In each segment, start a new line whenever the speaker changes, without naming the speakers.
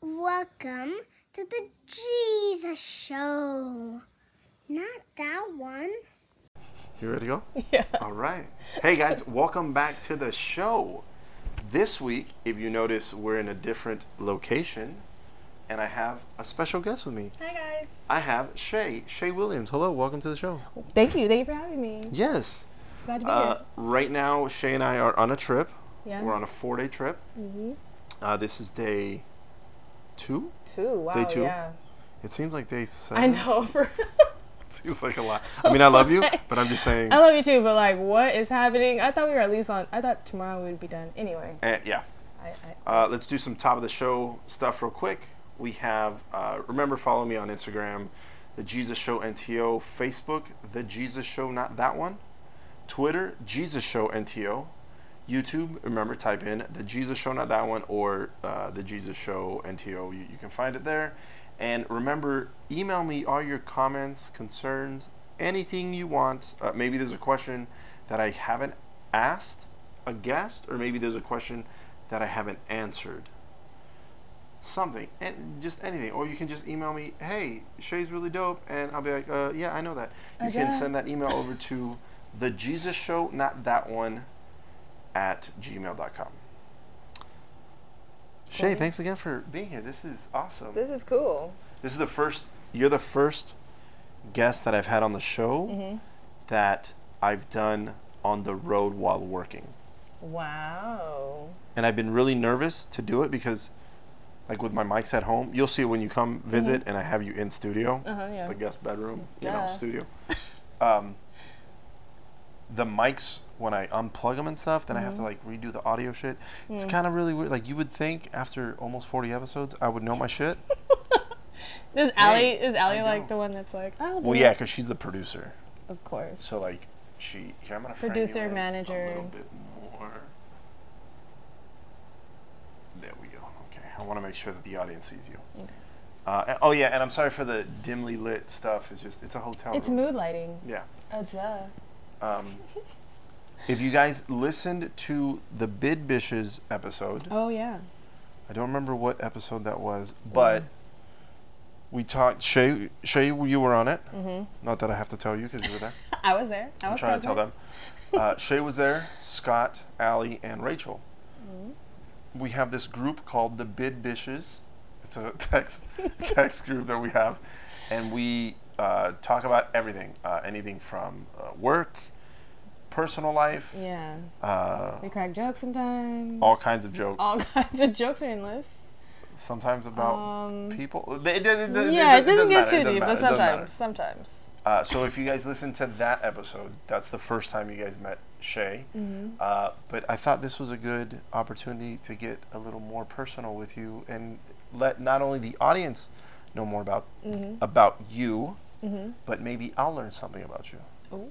Welcome to the Jesus Show. Not that one.
You ready to go?
Yeah.
All right. Hey guys, welcome back to the show. This week, if you notice, we're in a different location, and I have a special guest with me.
Hi guys.
I have Shay, Shay Williams. Hello, welcome to the show.
Thank you. Thank you for having me.
Yes.
Glad to be
Uh, right now, Shay and I are on a trip.
here. Yeah.
We're on a four-day trip.
hmm
Uh, this is day two.
Two. Wow.
Day two? Uh-huh.
Yeah.
It seems like day seven.
I know. For
Seems like a lot. I mean, I love you, but I'm just saying.
I love you too, but like, what is happening? I thought we were at least on. I thought tomorrow we would be done. Anyway.
Eh, yeah.
I, I,
Uh, let's do some top of the show stuff real quick. We have, uh, remember, follow me on Instagram, The Jesus Show NTO, Facebook, The Jesus Show, not that one, Twitter, Jesus Show NTO, YouTube, remember, type in The Jesus Show, not that one, or uh, The Jesus Show NTO. You, you can find it there. And remember, email me all your comments, concerns, anything you want. Uh, maybe there's a question that I haven't asked a guest, or maybe there's a question that I haven't answered. Something, and just anything, or you can just email me. Hey, Shay's really dope, and I'll be like, uh, yeah, I know that. You can
Okay.
send that email over to the Jesus Show, not that one, at gmail.com. Shay,
Cool.
thanks again for being here. This is awesome.
this is cool.
This is the first. You're the first guest that I've had on the show
Mhm.
that I've done on the road while working,
Wow.
and I've been really nervous to do it because, like with my mics at home, you'll see it when you come visit, and I have you in studio,
Uh huh. Yeah.
the guest bedroom, you know,
Yeah.
studio. um, the mics when I unplug them and stuff, then I have to like
Mm-hmm.
redo the audio shit. It's kind of really weird. Like you would think after almost 40 episodes, I would know my shit.
Is Allie
Hey,
is Allie
I
like
know.
the one that's like? Oh.
Well, yeah, because she's the producer.
Of course.
So like she here I'm gonna frame you
Producer,
in
manager.
a little bit more. There we go. Okay, I want to make sure that the audience sees you. Uh, and- oh yeah, and I'm sorry for the dimly lit stuff. It's just it's a hotel
it's
room.
mood lighting.
yeah.
Oh duh.
Um, if you guys listened to the Bid Bishes episode,
Oh yeah.
I don't remember what episode that was, but we talked. Shay, Shay, you were on it.
hmm
Not that I have to tell you because you were there.
I was there. I
I'm
was
trying to tell
present.
them. Uh, Shay was there, Scott, Allie, and Rachel.
Mm-hmm.
We have this group called the Bid Bishes. It's a text text group that we have, and we uh, talk about everything, uh, anything from uh, work, personal life,
Yeah.
uh,
We crack jokes sometimes.
all kinds of jokes.
All kinds of jokes are endless.
sometimes about
Um,
people. It doesn't, doesn't-
yeah, it doesn't
doesn't
get
matter,
too
it doesn't matter,
deep, but
it doesn't matter.
sometimes, sometimes.
Uh, so if you guys listened to that episode, that's the first time you guys met Shay.
Mm-hmm.
Uh, but I thought this was a good opportunity to get a little more personal with you and let not only the audience know more about
Mm-hmm.
about you, but maybe I'll learn something about you.
Ooh,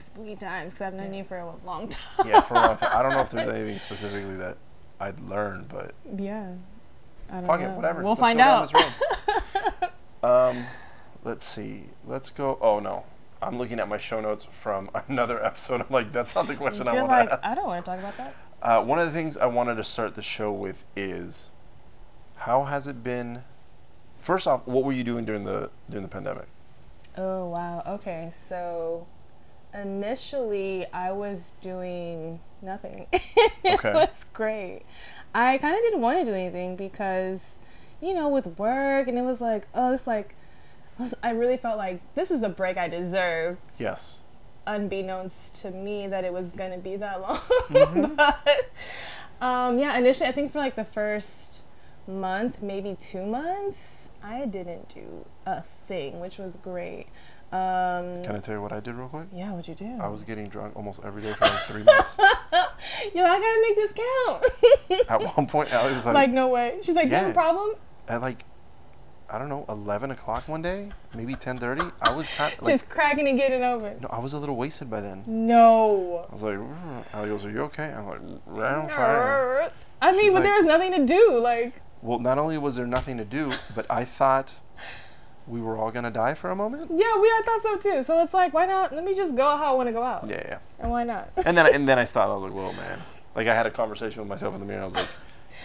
spooky times, because I've known you for a long time.
Yeah, for a long time. I don't know if there's anything specifically that I'd learn, but
Yeah. I don't
fuck
know.
it, whatever.
We'll
Let's
find
go down
out.
this road. um, let's see. Let's go. Oh no. I'm looking at my show notes from another episode. I'm like, that's not the question I
You're
want
like,
to ask.
I don't want to talk about that.
Uh, one of the things I wanted to start the show with is how has it been? First off, what were you doing during the during the pandemic?
Oh, wow. Okay, so initially I was doing nothing. it
Okay.
was great. I kind of didn't want to do anything because, you know, with work, and it was like, oh, it's like, I really felt like this is the break I deserve.
Yes.
unbeknownst to me that it was going to be that long.
Mm-hmm.
but um, yeah, initially, I think for like the first month, maybe two months, I didn't do a thing, which was great. Um,
Can I tell you what I did real quick?
yeah, what'd you do?
I was getting drunk almost every day for like three months.
Yo, I gotta make this count.
At one point, Allie was like,
like, no way. She's like, you have
Yeah.
a problem?
at like, I don't know, eleven o'clock one day, maybe ten thirty. I was kind of like,
Just cracking and getting over. it.
no, I was a little wasted by then.
No.
I was like, "Mm." Allie goes, "Are you okay?" I'm like, "I'm fine."
I mean,
She's
but
like-
there was nothing to do. Like,
Well, not only was there nothing to do, but I thought we were all gonna die for a moment.
yeah, we I thought so too. So it's like, why not? Let me just go how I want to go out.
Yeah, yeah.
And why not?
And then and then I stopped. I was like, "Whoa, man!" Like I had a conversation with myself in the mirror. and I was like,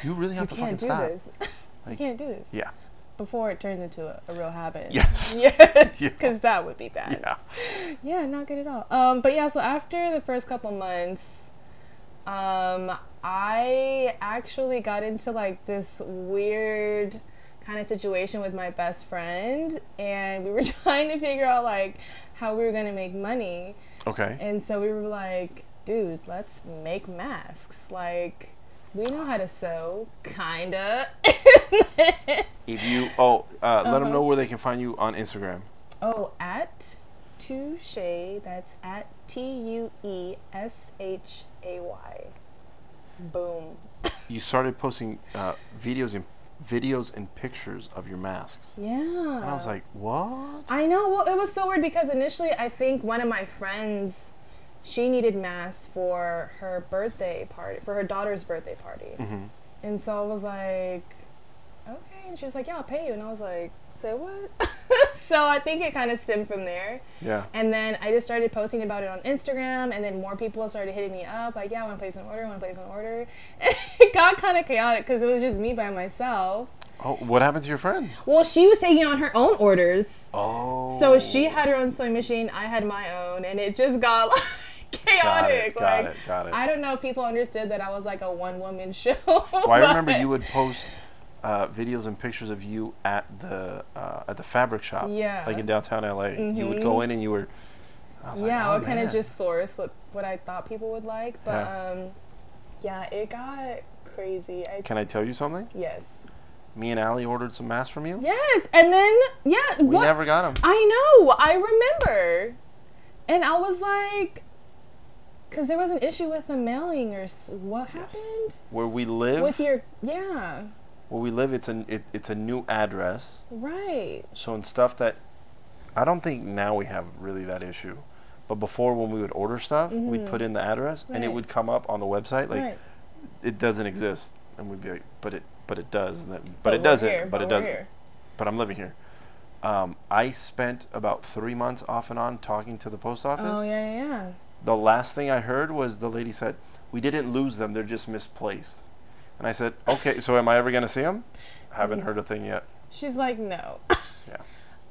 "You really have to fucking
can't do
stop."
this. You
Like-
can't do this.
Yeah.
Before it turns into a, a real habit.
Yes.
Yes.
Yeah.
Because that would be bad.
Yeah.
Yeah, not good at all. Um, but yeah, so after the first couple months, um, I actually got into like this weird kind of situation with my best friend, and we were trying to figure out like how we were gonna make money,
Okay.
and so we were like, dude, let's make masks. Like, we know how to sew, kinda.
If you oh, uh, let
Uh-huh.
them know where they can find you on Instagram.
Oh, at Touche. That's at T U E S H A Y. Boom.
You started posting uh, videos and videos and pictures of your masks,
Yeah.
and I was like, what?
I know. Well, it was so weird because initially I think one of my friends, she needed masks for her birthday party, for her daughter's birthday party. And so I was like, okay. And she was like, yeah, I'll pay you. And I was like, say what? so I think it kind of stemmed from there.
Yeah.
And then I just started posting about it on Instagram, and then more people started hitting me up, like, yeah, I want to place an order, I want to place an order. it got kind of chaotic because it was just me by myself.
Oh, what happened to your friend?
Well, she was taking on her own orders.
Oh.
So she had her own sewing machine, I had my own, and it just got like chaotic.
got
like,
it, got it.
I don't know if people understood that I was like a one woman show.
Well, Oh, I remember
but-
you would post uh, videos and pictures of you at the uh, at the fabric shop.
Yeah. Mm-hmm.
Like in downtown LA, you would go in and you were. I was like,
yeah,
"Oh,
I would kind of
man."
just source what, what I thought people would like. But
Yeah.
yeah, um, yeah it got crazy. I,
Can I tell you something?
yes.
Me and Allie ordered some masks from you.
Yes, and then yeah,
We
what?
never got them.
I know, I remember, and I was like, because there was an issue with the mailing or s- what happened
Where we live,
with your yeah
where we live, it's a it, it's a new address.
right
So in stuff that, I don't think now we have really that issue, but before when we would order stuff, we'd put in the address and it
Mm-hmm. Right.
would come up on the website like
right.
it doesn't exist, and we'd be like, but it but it does, and then, but,
we're
it doesn't,
here,
but, it
we're
doesn't,
here.
but I'm living here. Um, I spent about three months off and on talking to the post office.
Oh yeah, yeah, yeah.
The last thing I heard was the lady said, "We didn't lose them; they're just misplaced." And I said, "Okay, so am I ever gonna see them?" Haven't heard a thing yet.
She's like no.
Yeah.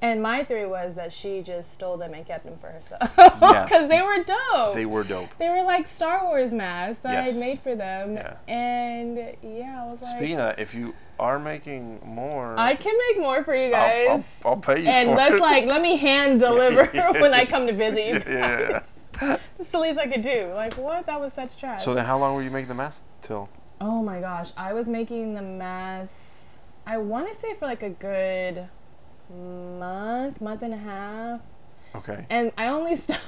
And my theory was that she just stole them and kept them for herself because they were dope.
They were dope.
They were like Star Wars masks that I
Yes.
had made for them.
Yeah.
And yeah, I was like,
Speaking of that, if you are making more,
I can make more for you guys.
will I'll, I'll pay you
and
for
let's
it.
like let me hand deliver when I come to visit you.
yeah.
That's the least I could do. Like what? That was such trash.
So then, how long were you making the mask till?
oh my gosh, I was making the mess. I want to say for like a good month, month and a half,
Okay.
and I only stopped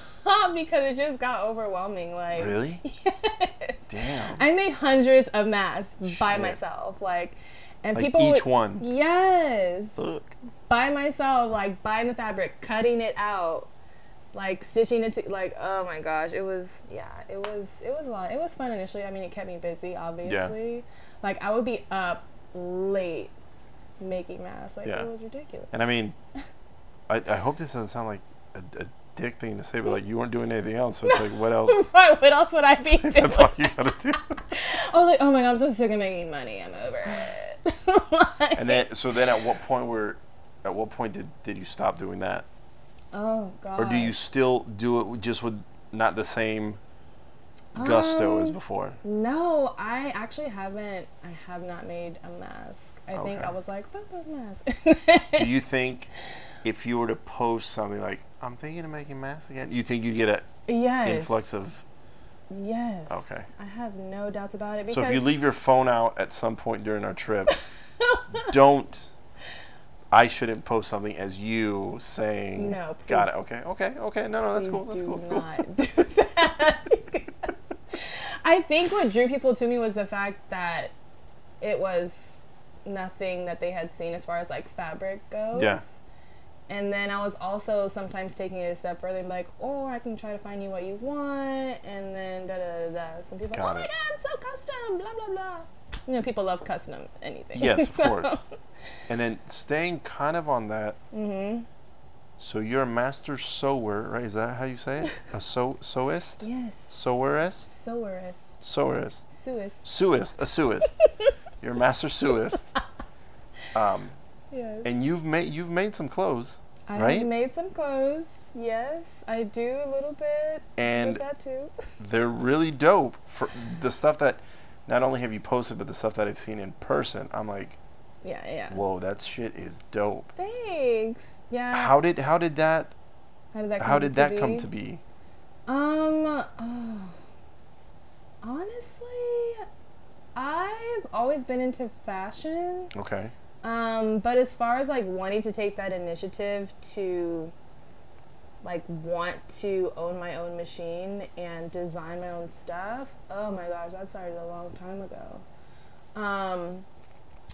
because it just got overwhelming. Like
Really?
Yes.
Damn.
I made hundreds of masks by
Shit.
myself. Like. And
like
people
each
would,
one.
Yes.
Look.
by myself, like buying the fabric, cutting it out, like stitching it to, like oh my gosh, it was yeah, it was it was a lot. It was fun initially. I mean, it kept me busy, obviously. Like I would be up late making masks. Like
Yeah.
it was ridiculous.
And I mean, I, I hope this doesn't sound like a, a dick thing to say, but like you weren't doing anything else, so it's like what else?
Right, what else would I be doing?
That's all you gotta do.
I was like, oh my god, I'm so sick of making money. I'm over it. Like-
And then, so then, at what point were, at what point did did you stop doing that,
oh god.
or do you still do it just with not the same gusto as
Um,
before?
No, I actually haven't. I have not made a mask. I think
Oh, Okay.
I was like, fuck those masks.
Do you think if you were to post something like I'm thinking of making masks again, you think you'd get an
yes.
influx of?
Yes.
Okay.
I have no doubts about it. Because,
So if you leave your phone out at some point during our trip, don't. I shouldn't post something as you saying.
No,
Got it.
please.
Okay. Okay. Okay. No. No. That's
please
cool. That's
do
cool. That's cool.
not do that. I think what drew people to me was the fact that it was nothing that they had seen as far as like fabric goes.
Yeah.
And then I was also sometimes taking it a step further and be like, or I can try to find you what you want, and then da da da da. Some people,
Got
are like,
it.
oh my god, I'm so custom, blah blah blah. You know, people love custom anything.
Yes, of
So-
course. And then staying kind of on that. Mm-hmm. So you're a master sewer, right? Is that how you say it? A sew sewist,
Yes.
sewerist,
Sewerist.
sewerist,
Suist.
sewist, a sewist. you're a master sewist. Um,
Yes.
and you've made you've made some clothes,
I
right?
made some clothes. Yes, I do a little bit.
and
with that too.
they're really dope for the stuff that not only have you posted, but the stuff that I've seen in person. I'm like,
yeah, yeah.
whoa, that shit is dope.
Thanks. Yeah.
How did how did that
how did that
how did that come to be?
Um, oh, honestly, I've always been into fashion.
Okay.
Um, but as far as like wanting to take that initiative to like want to own my own machine and design my own stuff, oh my gosh, that started a long time ago. Um,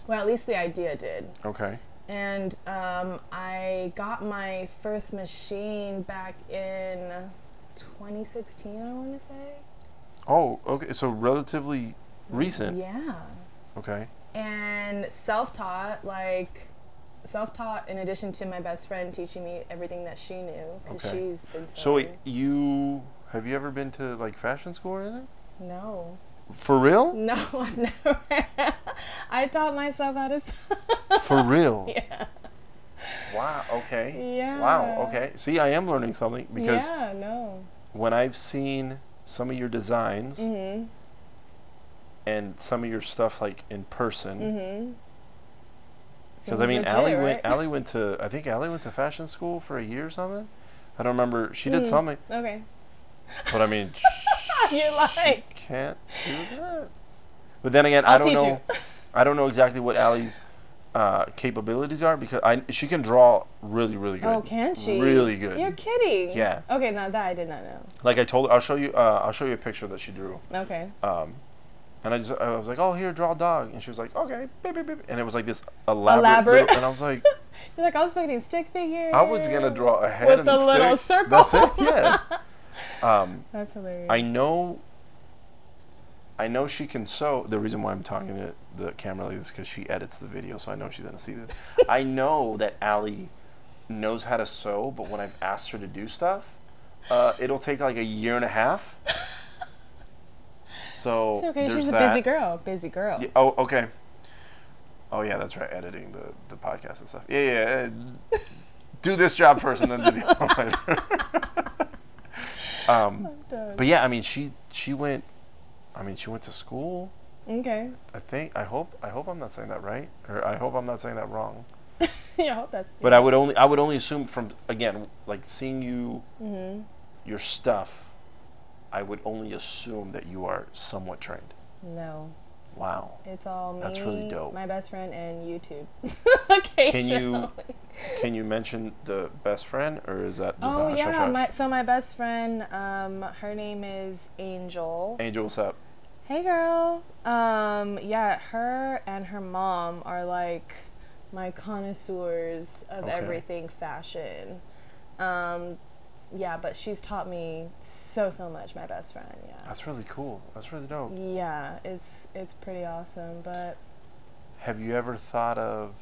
well, at least the idea did.
Okay.
And um, I got my first machine back in 2016, I want to say.
Oh, okay. So relatively recent.
Yeah.
Okay.
and self-taught like self-taught in addition to my best friend teaching me everything that she knew because
Okay.
she's been
So wait,
selling.
you have you ever been to like fashion school or anything?
no
For real?
no i've never i taught myself how to sew.
For real?
yeah
Wow. Okay.
yeah
Wow. Okay. See, I am learning something because
yeah no
when I've seen some of your designs
mm-hmm
and some of your stuff like in person,
mm-hmm
because I mean, Allie went. Allie went to. I think Allie went to fashion school for a year or something. I don't remember. She did
Mm.
something,
okay
but I mean,
You're like-
she can't do that. But then again,
I'll
I don't
teach
know.
you.
I don't know exactly what Allie's uh, capabilities are because I she can draw really really good.
oh can she
Really good.
you're kidding
Yeah.
okay now that i did not know
Like I told her, I'll show you. Uh, I'll show you a picture that she drew.
okay
Um, and I just I was like, oh here, draw a dog, and she was like, okay, beep, beep, beep. and it was like this elaborate,
Elaborate.
little- and I was like,
you're like i was making stick figures
I was gonna draw a head
With
and
the little
stick.
circle.
That's it. Yeah. um,
that's hilarious
I know. I know she can sew. The reason why I'm talking to the camera like this is because she edits the video, so I know she's gonna see this. I know that Allie knows how to sew, but when I've asked her to do stuff, uh, it'll take like a year and a half. So
It's okay.
there's
She's a
that.
busy girl. Busy girl.
Yeah, oh, okay. Oh yeah, that's right. Editing the, the podcast and stuff. Yeah, yeah. yeah. do this job first, and then do the other one later. um,
Does.
but yeah, I mean, she she went. I mean, she went to school.
okay.
I think. I hope. I hope I'm not saying that right, or I hope I'm not saying that wrong.
yeah, I hope that's.
But I would only. I would only assume from again, like seeing you,
Mhm.
your stuff. I would only assume that you are somewhat trained.
No,
Wow.
it's all me.
That's really dope.
My best friend and YouTube. okay.
Can you- Can you mention the best friend, or is that just a
Oh
hush, hush,
yeah.
hush?
My, so my best friend, um, her name is Angel.
Angel, what's up?
Hey girl. Um, yeah, her and her mom are like my connoisseurs of
Okay.
everything fashion. Um, yeah, but she's taught me so so much. My best friend. Yeah.
That's really cool. That's really dope.
Yeah, it's it's pretty awesome, but
Have you ever thought of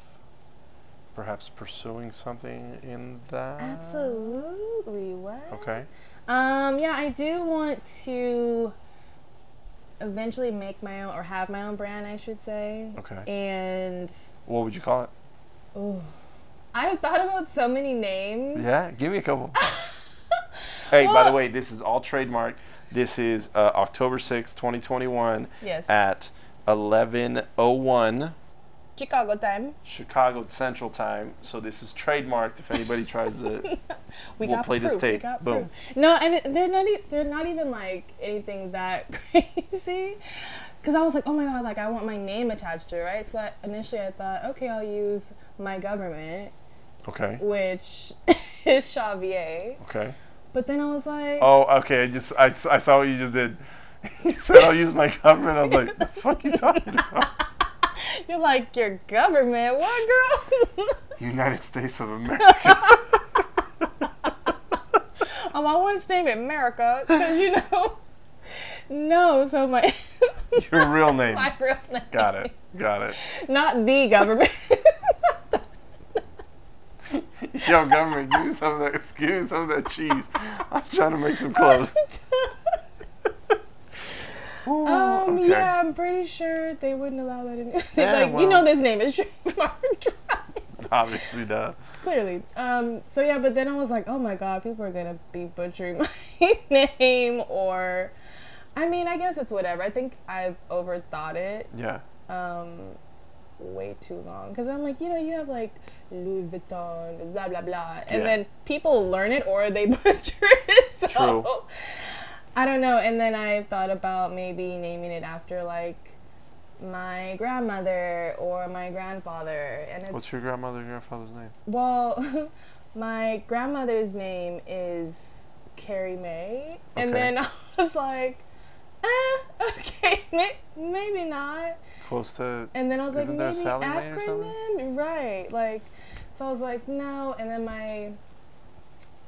perhaps pursuing something in
uh,
that?
absolutely what?
Okay.
Um, yeah, I do want to eventually make my own or have my own brand, I should say.
Okay.
And
What would you call it?
ooh, I've thought about so many names.
Yeah, give me a couple. hey, by the
Well-
way, this is all trademark. This is uh, October sixth, twenty 2021
Yes.
at 1101
Chicago time.
Chicago Central Time. So this is trademarked if anybody tries to
We
We'll
got
play this
proof, we
tape.
got
Boom.
proof. No, and it- they're not e- they're not even like anything that crazy. Cause I was like, oh my god, like I want my name attached to it, right? So I, initially I thought, okay, I'll use my government,
Okay.
which is Xavier.
Okay.
But then I was like,
Oh, okay. I just I, s- I saw what you just did. You said I'll use my government. I was like, the fuck you talking about?
you're like your government, what girl?
United States of America.
um, I want to name it America, cause you know, no. So my
Your real name.
my real name,
Got it. Got it.
not the government.
Yo, government, give me some of that. Give me some of that cheese. I'm trying to make some clothes. Ooh,
Um,
okay.
yeah, I'm pretty sure they wouldn't allow that in. They'd be
Yeah,
like, you
well.
know, this name is Drake. hard drive.
Obviously, duh.
Clearly. Um, so yeah, but then I was like, oh my god, people are gonna be butchering my name or I mean, I guess it's whatever. I think I've overthought it
Yeah.
um, way too long because I'm like, you know, you have like Louis Vuitton, blah blah blah, and
Yeah.
then people learn it or they butcher it. So
True.
I don't know. And then I thought about maybe naming it after like my grandmother or my grandfather, and it's
What's your grandmother and grandfather's name?
well, my grandmother's name is Carrie May, and
Okay.
then I was like. Eh, okay, may- maybe not.
Close to.
And then I was like,
Isn't there a
maybe
Sally Mae or something?
acronym, right? Like, so I was like, no. And then my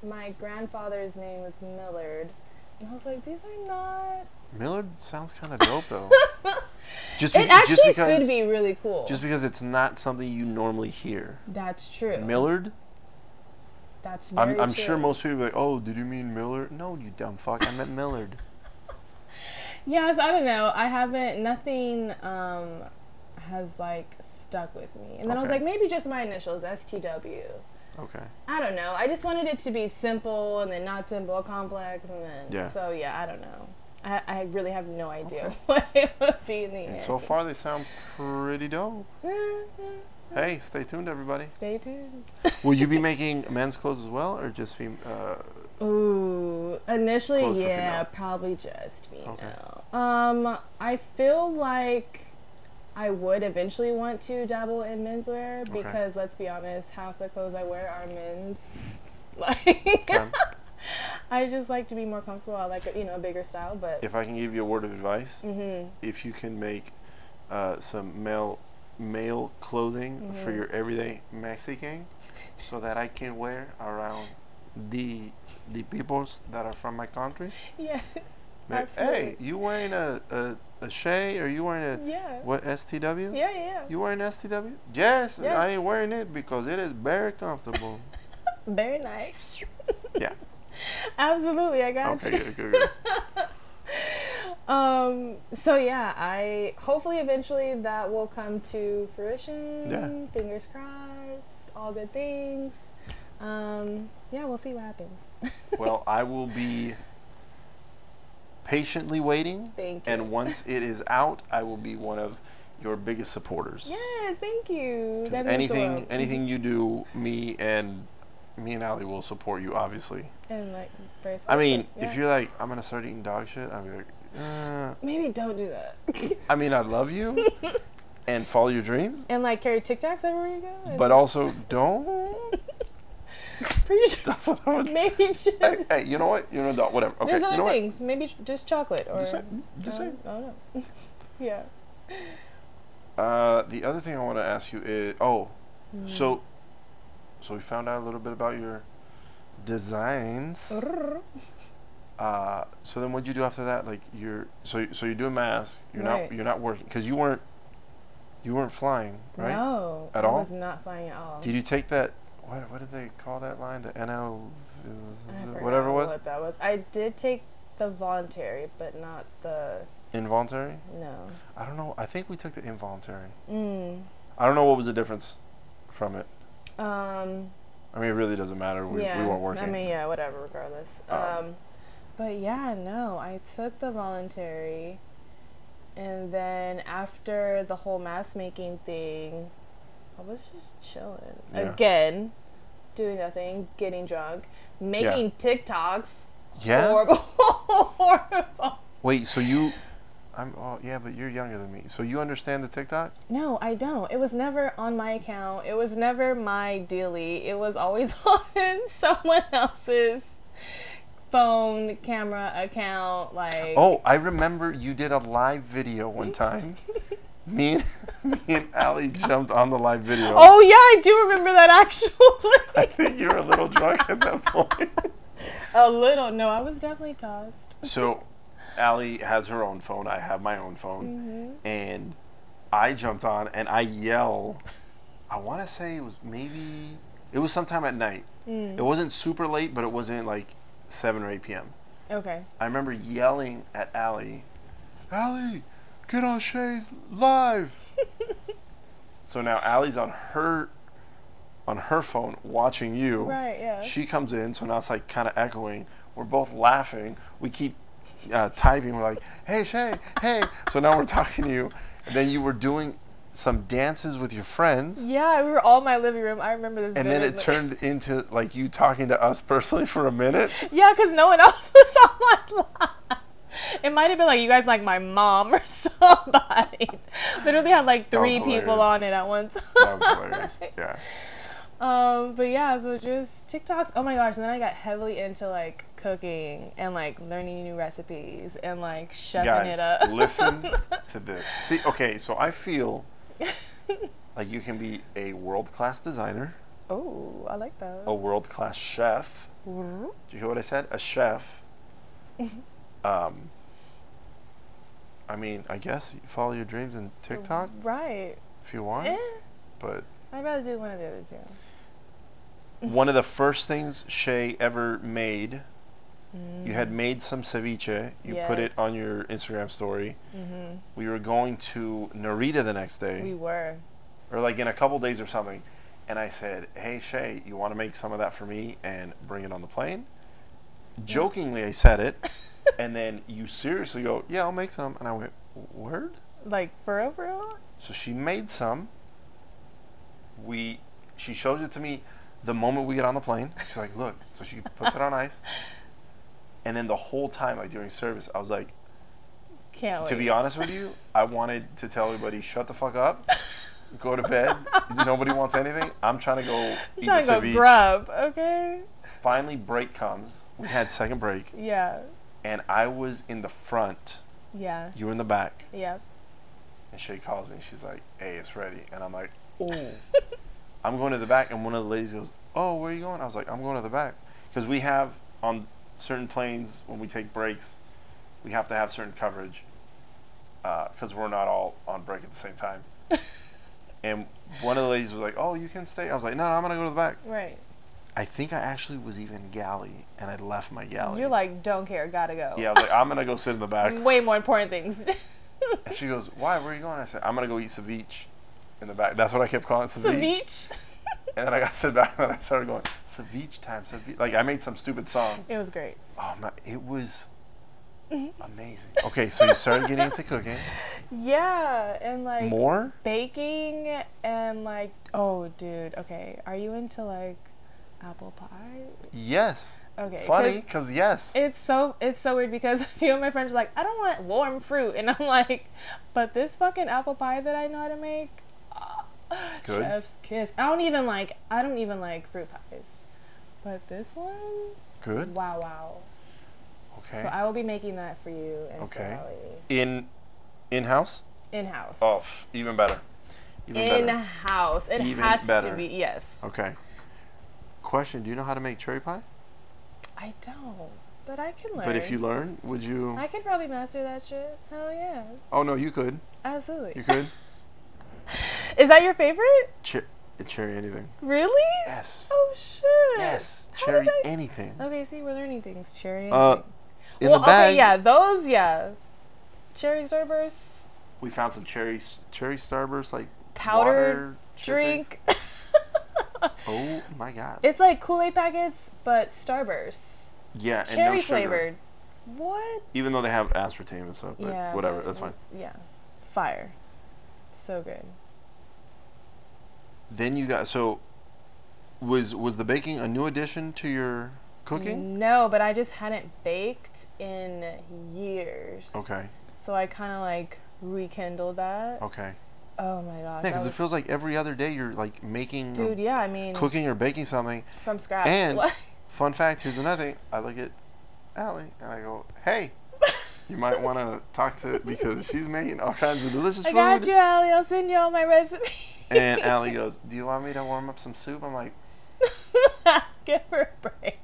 my grandfather's name was Millard, and I was like, these are not.
Millard sounds kind of dope, though. just,
It
be-
actually
just because.
could be really cool.
Just because it's not something you normally hear.
That's true.
Millard?
That's very
I'm, I'm sure
true.
most people are like, oh, did you mean Miller? No, you dumb fuck. I meant Millard.
Yes, I don't know. I haven't. Nothing um, has like stuck with me. And then I was
Okay.
like, maybe just my initials, STW.
Okay.
I don't know. I just wanted it to be simple and then not simple, complex, and then
Yeah.
so yeah. I don't know. I, I really have no idea
Okay.
what it would be in the
And
end.
so far, they sound pretty dope. Hey, stay tuned, everybody.
Stay tuned.
Will you be making men's clothes as well, or just fem- uh,
Ooh,
Clothes
initially,
for female.
yeah, probably just female. Um, I feel like I would eventually want to dabble in menswear because let's be honest, half the clothes I wear are men's. Like,
kind?
I just like to be more comfortable. I like a, you know a bigger style, but
if I can give you a word of advice,
hmm
if you can make uh, some male male clothing
Mm-hmm.
for your everyday Mexican, so that I can wear around the the peoples that are from my countries.
yeah,
Like, Hey,
Absolutely.
you wearing a a, a Shay or you wearing a
yeah,
what STW?
yeah, yeah. yeah.
You wearing STW? Yes,
Yes.
I ain't wearing it because it is very comfortable.
Very nice.
Yeah.
Absolutely, I got
okay,
you.
good, good, good.
Um. So yeah, I hopefully eventually that will come to fruition.
Yeah.
Fingers crossed. All good things. Um. Yeah, we'll see what happens.
Well, I will be patiently waiting,
Thank you.
and once it is out, I will be one of your biggest supporters.
Yes, thank you.
Because
That means the
anything,
world.
anything you do, me and me and Ali will support you. Obviously,
And like, vice
I
versa.
mean,
Yeah.
if you're like, I'm gonna start eating dog shit, I'll be like, uh,
maybe don't do that.
I mean, I love you and follow your dreams,
and like carry Tic Tacs everywhere you go.
but also don't.
pretty sure
That's what I would.
maybe just.
Hey, hey, you know what? You know dog, whatever. Okay,
There's other
you know
things. Maybe ch- just chocolate
what?
or.
Just say, just
I
say.
don't- I don't know. yeah.
Uh, the other thing I want to ask you is oh,
Hmm.
so so we found out a little bit about your designs. Uh, so then what'd you do after that? Like you're so so you do a mask. You're
Right.
not you're not working because you weren't you weren't flying right.
No.
At
I
all?
was not flying at all.
Did you take that? What what did they call that line? The NL
I forgot
Uh, whatever it was
What that was. I did take the voluntary, but not the
involuntary.
no.
I don't know. I think we took the involuntary.
Mm.
I don't know what was the difference from it.
Um.
I mean, it really doesn't matter. We,
yeah.
we weren't working.
I mean, yeah. Whatever. Regardless. Um.
Um,
But yeah, no. I took the voluntary, and then after the whole mask making thing, I was just chilling
Yeah.
again, doing nothing, getting drunk, making TikToks.
yeah.
Horrible. horrible.
Wait, so you, I'm, oh, yeah, but you're younger than me. So you understand the TikTok?
No, I don't. It was never on my account. It was never my daily. It was always on someone else's phone camera account. Like,
Oh, I remember you did a live video one time. me, and, me and Allie jumped on the live video.
Oh, yeah, I do remember that
I
actually.
think you were a little drunk at that point.
a little. No, I was definitely tossed.
So Allie has her own phone. I have my own phone. And I jumped on and I yell. I want to say it was maybe, it was sometime at night. It wasn't super late, but it wasn't like 7 or 8 p.m.
Okay.
I remember yelling at Allie, Allie, get on Shay's live. So now Allie's on her on her phone watching you.
Right, yeah.
She comes in, so now it's like kind of echoing. We're both laughing. We keep uh, typing. We're like, hey, Shay, hey. So now we're talking to you. And then you were doing some dances with your friends.
Yeah, we were all in my living room. I remember this.
And then it
vividly.
turned into like you talking to us personally for a minute.
Yeah, because no one else was on my line. It might have been like you guys, like my mom or somebody. Literally had like
was
three
hilarious.
people on it at once.
That was hilarious. Yeah.
Um, but yeah, so just TikToks. Oh my gosh! And then I got heavily into like cooking and like learning new recipes and like shoving
Guys,
it up.
listen to this. See, okay, so I feel like you can be a world class designer,
oh, I like that.
a world class chef. Do you hear what I said? A chef. um, I mean, I guess you follow your dreams in TikTok
Mm-hmm. Right.
if you want,
Eh,
but
I'd rather do one of the other two. Mm-hmm.
one of the first things Shay ever made. You had made some ceviche. You put it
Mm. Yes. Mm-hmm.
on your Instagram story. We were going to Narita the next day.
We were.
or like in a couple days or something. And I said, "Hey Shay, you want to make some of that for me and bring it on the plane?" Jokingly, I said it, and then you seriously go, "Yeah, I'll make some." And I went, "Word."
Like for real, for real?
So she made some. We, she shows it to me the moment we get on the plane. She's like, "Look." So she puts it on ice. And then the whole time, like during service, I was like,
Can't wait.
to be honest with you, I wanted to tell everybody, shut the fuck up, go to bed. Nobody wants anything. I'm trying to go
I'm
eat
trying
the
to
ceviche.
go grub, okay?
Finally, break comes. We had second break,
Yeah,
and I was in the front.
yeah,
You were in the back,
yeah.
and she calls me. She's like, "Hey, it's ready," and I'm like, "Oh." I'm going to the back, and one of the ladies goes, "Oh, where are you going?" I was like, "I'm going to the back," because we have on certain planes when we take breaks, we have to have certain coverage because we're not all on break at the same time. and one of the ladies was like, "Oh, you can stay." I was like, "No, no I'm going to go to the back."
Right.
I think I actually was even galley, and I left my galley.
You're like, don't care, gotta go.
yeah, I was like, "I'm going to go sit in the back."
Way more important things.
And she goes, "Why? Where are you going?" I said, "I'm going to go eat ceviche." In the back. That's what I kept calling it,
the beach.
And then I got to the back and I started going, ceviche time, ceviche. Like, I made some stupid song.
It was great.
Oh, my, it was
Mm-hmm.
amazing. Okay, so you started getting into cooking.
Yeah, and like
More?
baking and like, oh, dude, okay. Are you into like apple pie?
Yes.
Okay. 'cause
Funny, because yes.
It's so it's so weird because a few of my friends are like, I don't want warm fruit, and I'm like, but this fucking apple pie that I know how to make, ah,
Good.
chef's kiss. I don't even like I don't even like fruit pies, but this one,
Good.
wow, wow.
Okay.
So I will be making that for you and
Okay.
okay.
In in house?
in house.
Oh, pff, even better. Even
in
better.
house, it
Even
has
better.
to be yes.
Okay. Question Do you know how to make cherry pie?
I don't, but I can learn.
But if you learn, would you?
I could probably master that shit. Hell yeah,
Oh, no, you could.
absolutely.
You could.
Is that your favorite?
Che- uh, cherry anything.
Really?
Yes.
Oh shit.
Yes.
How
Cherry
did I-
anything.
Okay, see, we're learning things. Cherry. and
Uh,
grape.
in
well,
the bag.
Okay, yeah, those, yeah. Cherry starbursts,
We found some cherry cherry starburst like water
powdered
chickens.
drink.
Oh my god!
it's like Kool Aid packets, but starbursts,
yeah, and
cherry
no sugar.
flavored. What?
Even though they have aspartame and stuff, but
yeah.
whatever,
but-
that's fine.
Yeah, fire. So good.
Then you got so was was the baking a new addition to your cooking?
No, but I just hadn't baked in years.
Okay,
So I kind of like rekindled that.
okay.
Oh my gosh.
Yeah,
that
because it
was-
feels like every other day you're like making, or
Dude, yeah, I mean,
cooking, or baking something.
from scratch.
and- Fun fact: Here's another thing. I look at Allie and I go, "Hey, you might want to talk to because she's making all kinds of delicious
I
food."
got you, Allie. I'll send you all my recipe.
And Allie goes, "Do you want me to warm up some soup?" I'm like,
Give her a break.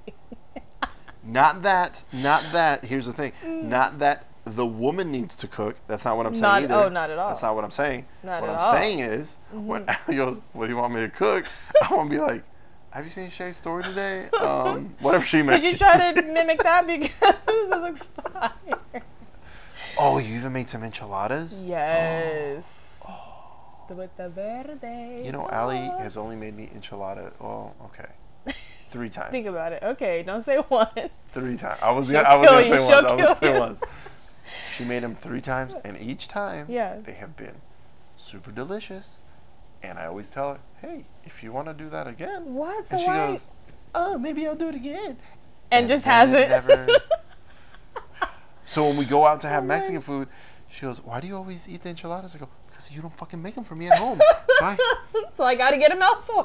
Not that. Not that. Here's the thing. Not that the woman needs to cook. That's not what I'm saying
Mm. Not-
either.
oh, not at all.
That's not what I'm saying.
Not
what I'm
at all. Mm-hmm.
saying is, when Allie goes, "What do you want me to cook?" I want to be like, "Have you seen Shay's story today?" Um, whatever she made.
Did you try to mimic that because it looks fire?
oh, you even made some enchiladas.
Yes. with the verde.
You know, Ali has
sauce.
only made me enchilada. Well, okay, three times.
Think about it. Okay, don't say one.
Three times. I was
She'll
gonna, I was gonna
kill you.
say once.
She'll
I was gonna
kill
say
you.
once. She made them three times, and each time
Yeah.
they have been super delicious. And I always tell her, "Hey, if you want to do that again,"
What? So
and she
why?
goes, "Oh, maybe I'll do it again."
and just
then
has
it
it.
never- So when we go out to have
Oh my-
Mexican food, she goes, "Why do you always eat the enchiladas?" I go, "Because you don't fucking make them for me at home." so I,
so I gotta get him elsewhere.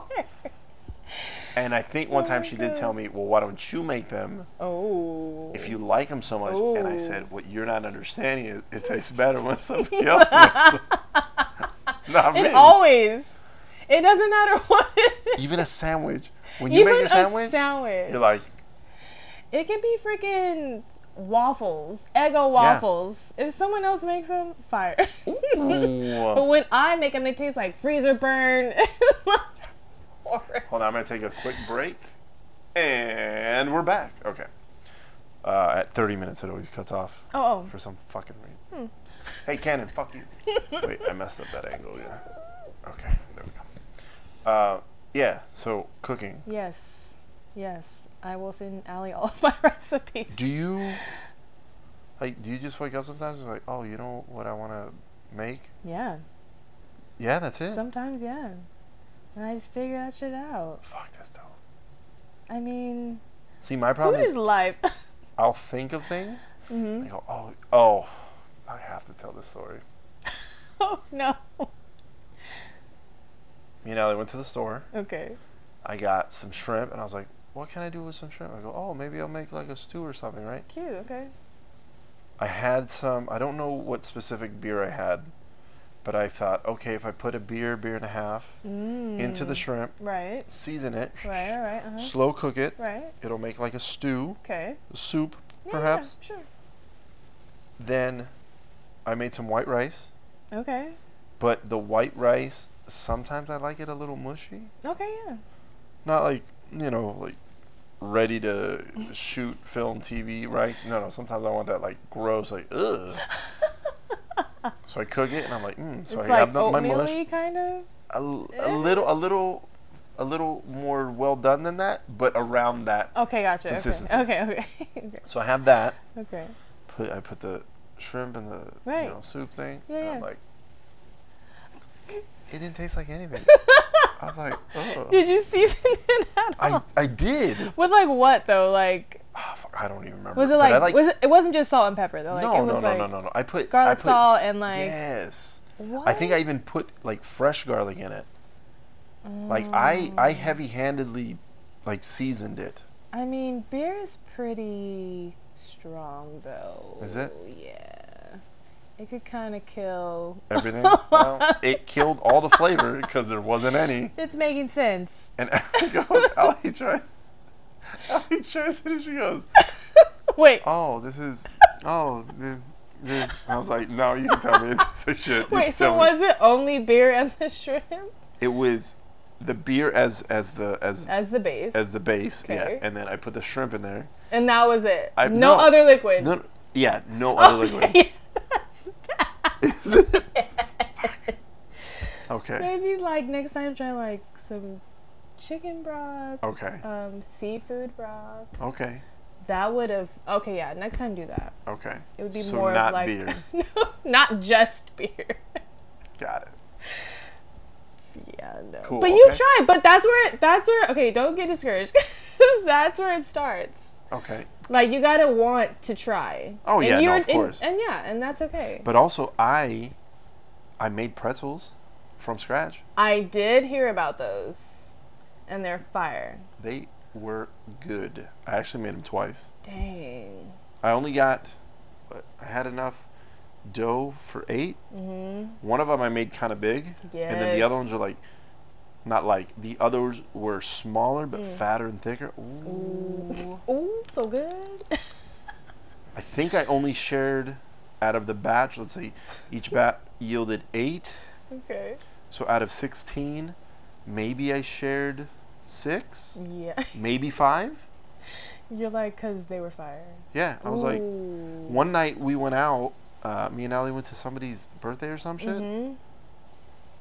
and I think one
Oh
time
my
she did tell
God.
me, "Well, why don't you make them
Oh.
if you like them so much?" And I
Ooh.
said, "What you're not understanding is it tastes better when somebody else makes them." not
It
me.
always. It doesn't matter what. It is.
Even a sandwich. When you
Even
make your
a
sandwich,
sandwich.
you're like,
it could be freaking waffles, Eggo waffles. If someone else makes them, fire. but
"Ooh."
when I make them, they taste like freezer burn. Horrible.
Hold on, I'm gonna take a quick break, and we're back. Okay. Uh, at 30 minutes, it always cuts off
Oh,
for some fucking reason.
Hmm.
Hey, Cannon, fuck you. Wait, I messed up that angle. Yeah. Okay, there we go. Uh, yeah. So cooking.
oh. yes, yes. I will send Ali all of my recipes.
Do you like? Do you just wake up sometimes and like, oh, you know what I want to make?
yeah,
Yeah, that's it.
sometimes yeah. And I just figure that shit out.
Fuck, that's dope.
I mean,
See, my
food
problem
is
is
life.
I'll think of things.
hmm
I go, oh, oh, I have to tell this story.
Oh no.
You know, they went to the store.
Okay.
I got some shrimp, and I was like, what can I do with some shrimp? I go, oh, maybe I'll make like a stew or something, right?
Cute. Okay.
I had some. I don't know what specific beer I had, but I thought, okay, if I put a beer, beer and a half
Mm.
into the shrimp,
Right.
season it,
Right. All right. Uh huh.
slow cook it,
Right.
it'll make like a stew,
Okay.
soup,
Yeah,
perhaps.
Yeah, sure.
Then I made some white rice,
Okay.
but the white rice sometimes I like it a little mushy.
Okay. Yeah.
not like you know like ready to shoot film tv rice no no sometimes i want that like gross like ugh so i cook it and i'm like mm. so
it's
i
like
have the- my mush
oatmeal kind of.
a, a little a little a little more well done than that but around that
Okay, gotcha.
Consistency.
Okay, okay, okay,
so i have that
okay.
put i put the shrimp in the
Right.
you know soup thing
Yeah,
and i'm
yeah.
like it didn't taste like anything i was like oh
Did you season it at all?
i i did
With like what though? Like
Ah, fuck, i don't even remember
was it
but I
like, was it? It wasn't just salt and pepper though. Like,
no,
it
no,
was
no,
like,
no, no, no. I put I
garlic
put,
salt
s-
and, like-
yes.
What?
I think I even put like fresh garlic in it. Like I
Mm.
I heavy-handedly like seasoned it.
I mean, beer is pretty strong though.
Is it?
Yeah. It could kind of kill.
Everything. well, it killed all the flavor because there wasn't any.
It's making sense.
And Allie goes, Allie tries. Allie tries it and she goes,
Wait,
"Oh, this is oh." The, the. I was like, "No, you can tell me it's a shit." You can
wait.
tell
So
me."
was it only beer and the shrimp
it was the beer as as the as
as the base?
as the base, yeah,
Okay.
and then I put the shrimp in there.
and that was it.
I-
no,
no.
other liquid.
No, yeah, no other liquid.
Okay. That's bad.
Is it? Okay.
Maybe like next time try like some chicken broth,
Okay.
um, seafood broth.
Okay.
That would have okay, yeah, next time do that.
Okay.
It would be
so
more
not
of like
beer.
no, not just beer.
Got it.
yeah, no.
Cool,
but you
okay.
try, but that's where that's where okay, don't get discouraged 'cause that's where it starts.
Okay.
Like you gotta want to try.
Oh, yeah, no,
you're-
of course.
And, yeah, and that's okay.
But also, I, I made pretzels from scratch.
I did hear about those, and they're fire.
They were good. I actually made them twice.
Dang.
I only got, but I had enough dough for 8 Mm-hmm. One of them I made kind of big, and then the
Yes.
other ones were like, not like the others were smaller but fatter and thicker. Ooh.
Ooh, so good.
I think I only shared out of the batch. Let's see, each bat yielded eight.
okay.
So out of sixteen, maybe I shared six,
Yeah.
maybe five.
You're like, because they were fire.
Yeah, I was like,
Mm-hmm.
one night we went out. Uh, me and Ali went to somebody's birthday or some shit,
hmm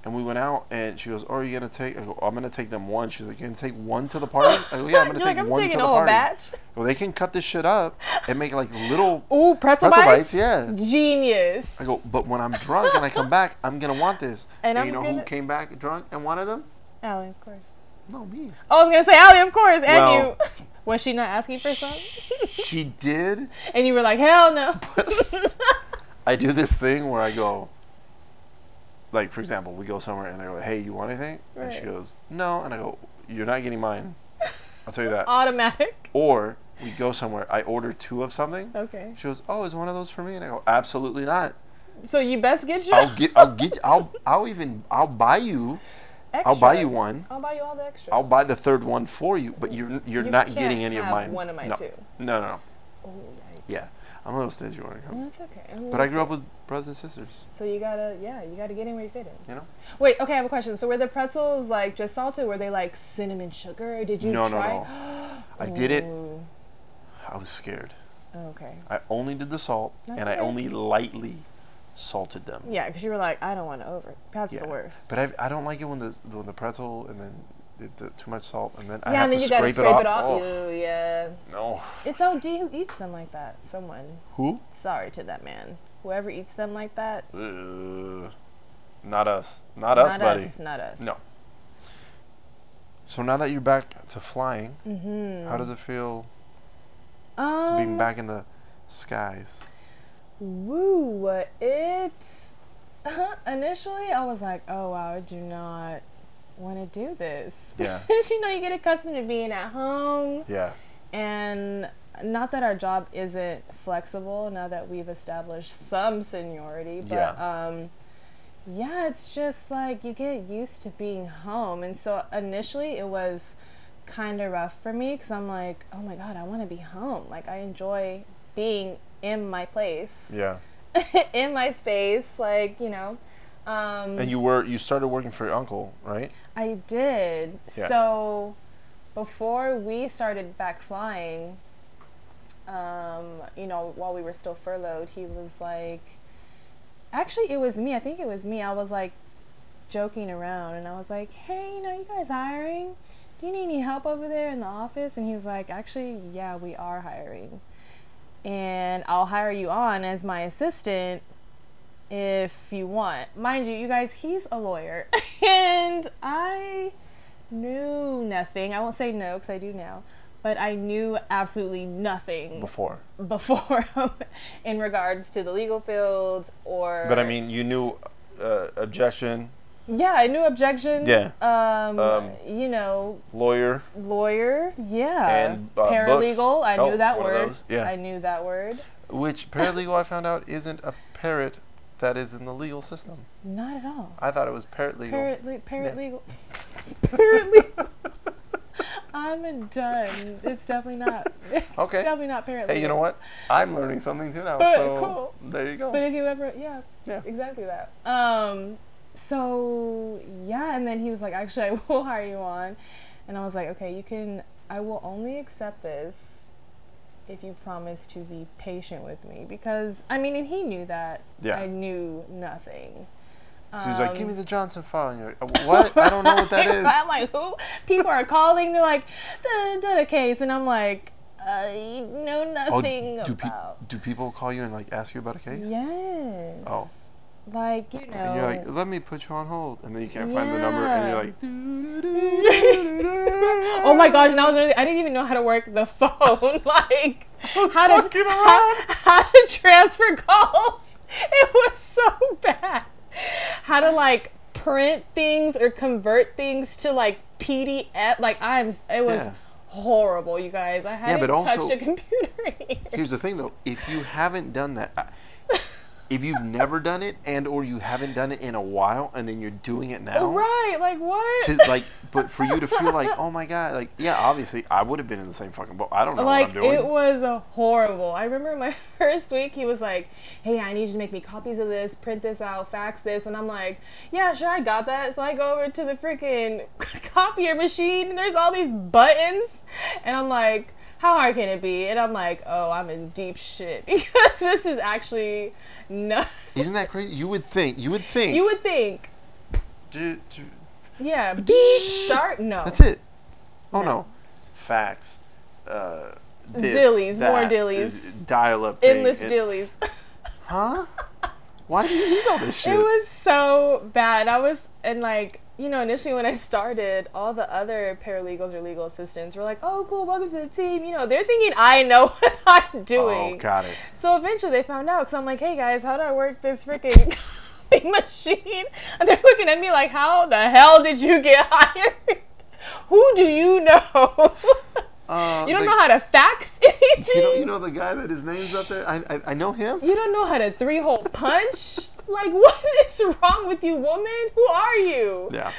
and we went out, and she goes, "Oh, are you gonna take?" I go, "I'm gonna take them one." She's like, "You gonna take one to the party?" I go, "Yeah, I'm gonna
You're
take
like, I'm
one to
taking
the
a whole
party."
batch.
Well, they can cut this shit up and make like little.
Ooh,
Pretzel
pretzel,
bites,
bites?
yeah.
Genius.
I go, but when I'm drunk and I come back, I'm gonna want this. And,
And I'm
you know who
gonna-
came back drunk and wanted them?
Allie, of course.
No, me.
Oh, I was gonna say Allie, of course, and
Well-
you. Was she not asking for some?
she did.
And you were like, hell no.
I do this thing where I go, like for example, we go somewhere and I go, "Hey, you want anything?" And she
Right.
goes, "No," and I go, "You're not getting mine." I'll tell you that.
Automatic.
Or we go somewhere, I order two of something.
Okay.
She goes, "Oh, is one of those for me?" And I go, "Absolutely not.
So you best get your.
I'll get, I'll get, I'll, I'll even, I'll buy you,
extra.
I'll buy you one.
I'll buy you all the extra.
I'll buy the third one for you, but you're, you're
You
not
can't
getting any of
have
mine."
one of my
no.
two.
No, no, no.
Oh, yikes.
Yeah, I'm a little stingy when it comes.
That's okay. I mean,
But I
that's
grew up
it.
with brothers and sisters.
So you gotta, yeah, you gotta get in where you fit in.
You know?
Wait, okay, I have a question. So were the pretzels like just salted? Were they like cinnamon sugar? Or did you
no,
try?
no, no. I did it.
Ooh,
I was scared.
Okay.
I only did the salt,
That's
and I
okay.
only lightly salted them.
Yeah, because you were like, I don't want to over. That's
Yeah.
the worst.
But I, I don't like it when the when the pretzel and then the, the, too much salt and then I
yeah,
have
and then
to
you
scrape,
gotta scrape it off.
Oh,
Ew, yeah.
no.
It's oh, OD who eats them like that. Someone.
Who?
Sorry to that man. Whoever eats them like that.
Uh, not us. Not us,
not
buddy.
us. Not us.
No. So now that you're back to flying,
Mm.
how does it feel to
Mm-hmm. Um,
being back in the skies?
Woo! It uh-huh, initially I was like, oh wow, I do not want to do this.
Yeah.
you know, you get accustomed to being at home,
Yeah.
and not that our job isn't flexible. Now that we've established some seniority, but
Yeah.
um, yeah, it's just like you get used to being home, and so initially it was kind of rough for me because I'm like, oh my god, I want to be home. Like I enjoy being in my place
Yeah.
in my space, like you know. Um,
And you were you started working for your uncle, right?
I did.
Yeah.
So before we started back flying, um, you know, while we were still furloughed, he was like, actually, it was me. I think it was me. I was like joking around, and I was like, hey, you know, you guys hiring? Do you need any help over there in the office? And he was like, actually, yeah, we are hiring. And I'll hire you on as my assistant if you want. Mind you, you guys, he's a lawyer. and I knew nothing. I won't say no because I do now. But I knew absolutely nothing
Before.
before in regards to the legal field or.
But I mean, you knew uh, objection,
Yeah, I knew objection.
Yeah.
Um,
Um,
you know,
lawyer.
lawyer. Yeah.
And, uh,
Paralegal.
books.
I
Oh,
knew that
one of
word.
those, yeah.
I knew that word.
Which paralegal I found out isn't a parrot that is in the legal system.
Not at all.
I thought it was parrot legal.
Parrot, le- parrot legal. parrot legal. I'm done. It's definitely not. It's
Okay.
definitely not parrot legal.
Hey, you know what? I'm learning something too now.
But
so
cool.
there you go.
But if you ever, yeah,
Yeah.
exactly that. Um, so yeah, and then he was like, actually, I will hire you on, and I was like, okay, you can. I will only accept this if you promise to be patient with me, because I mean, and he knew that
Yeah.
I knew nothing.
so he's like, "Give
Um,
me the Johnson file." And you're like, "Uh, "What? I don't know what that is."
I'm like, who? People are calling. They're like, da da da case, and I'm like, I know
Oh,
nothing
do, peop
about.
do people call you and like ask you about a case?
Yes.
Oh.
Like you know.
And you're like, "Let me put you on hold," and then you can't find the number, and you're
Yeah.
like, "Doo-doo-doo-doo-doo-doo."
oh my gosh! And I was really, I didn't even know how to work the phone. like how
Oh, Fucking
to
around.
how, how to transfer calls. It was so bad. How to like print things or convert things to like PDF. Like I'm. It was.
Yeah.
Horrible, you guys. I hadn't
but also-
touched a computer in years.
Here's the thing, though. If you haven't done that, I- if you've never done it, and or you haven't done it in a while, and then you're doing it now,
Right? Like what?
to like, but for you to feel like, oh my god, like, yeah, obviously, I would have been in the same fucking boat. I don't know
like
what I'm doing.
it was a horrible. I remember my first week, he was like, "Hey, I need you to make me copies of this, print this out, fax this," and I'm like, "Yeah, sure, I got that." So I go over to the freaking copier machine, and there's all these buttons, and I'm like, "How hard can it be?" And I'm like, "Oh, I'm in deep shit because this is actually not."
Isn't that crazy? You would think, you would think
You would think
do, do.
Yeah. Start. No.
That's it. Oh no. Facts. Uh, this,
Dillies, more
that,
dillies.
uh, Dial-up. thing,
Endless
it-
dillies.
Huh? Why do you need all this shit?
It was so bad. I was and like you know initially when I started, all the other paralegals or legal assistants were like, "Oh, cool, welcome to the team." You know, they're thinking I know what I'm doing.
oh, got it.
So eventually they found out because I'm like, "Hey guys, how do I work this freaking copy machine?" And they're looking at me like, "How the hell did you get hired? Who do you know?
Uh,
you don't
the-
know how to fax anything.
You know, you know the guy that his name's up there. I, I, I know him.
You don't know how to three hole punch? like, what is wrong with you, woman? Who are you?
Yeah.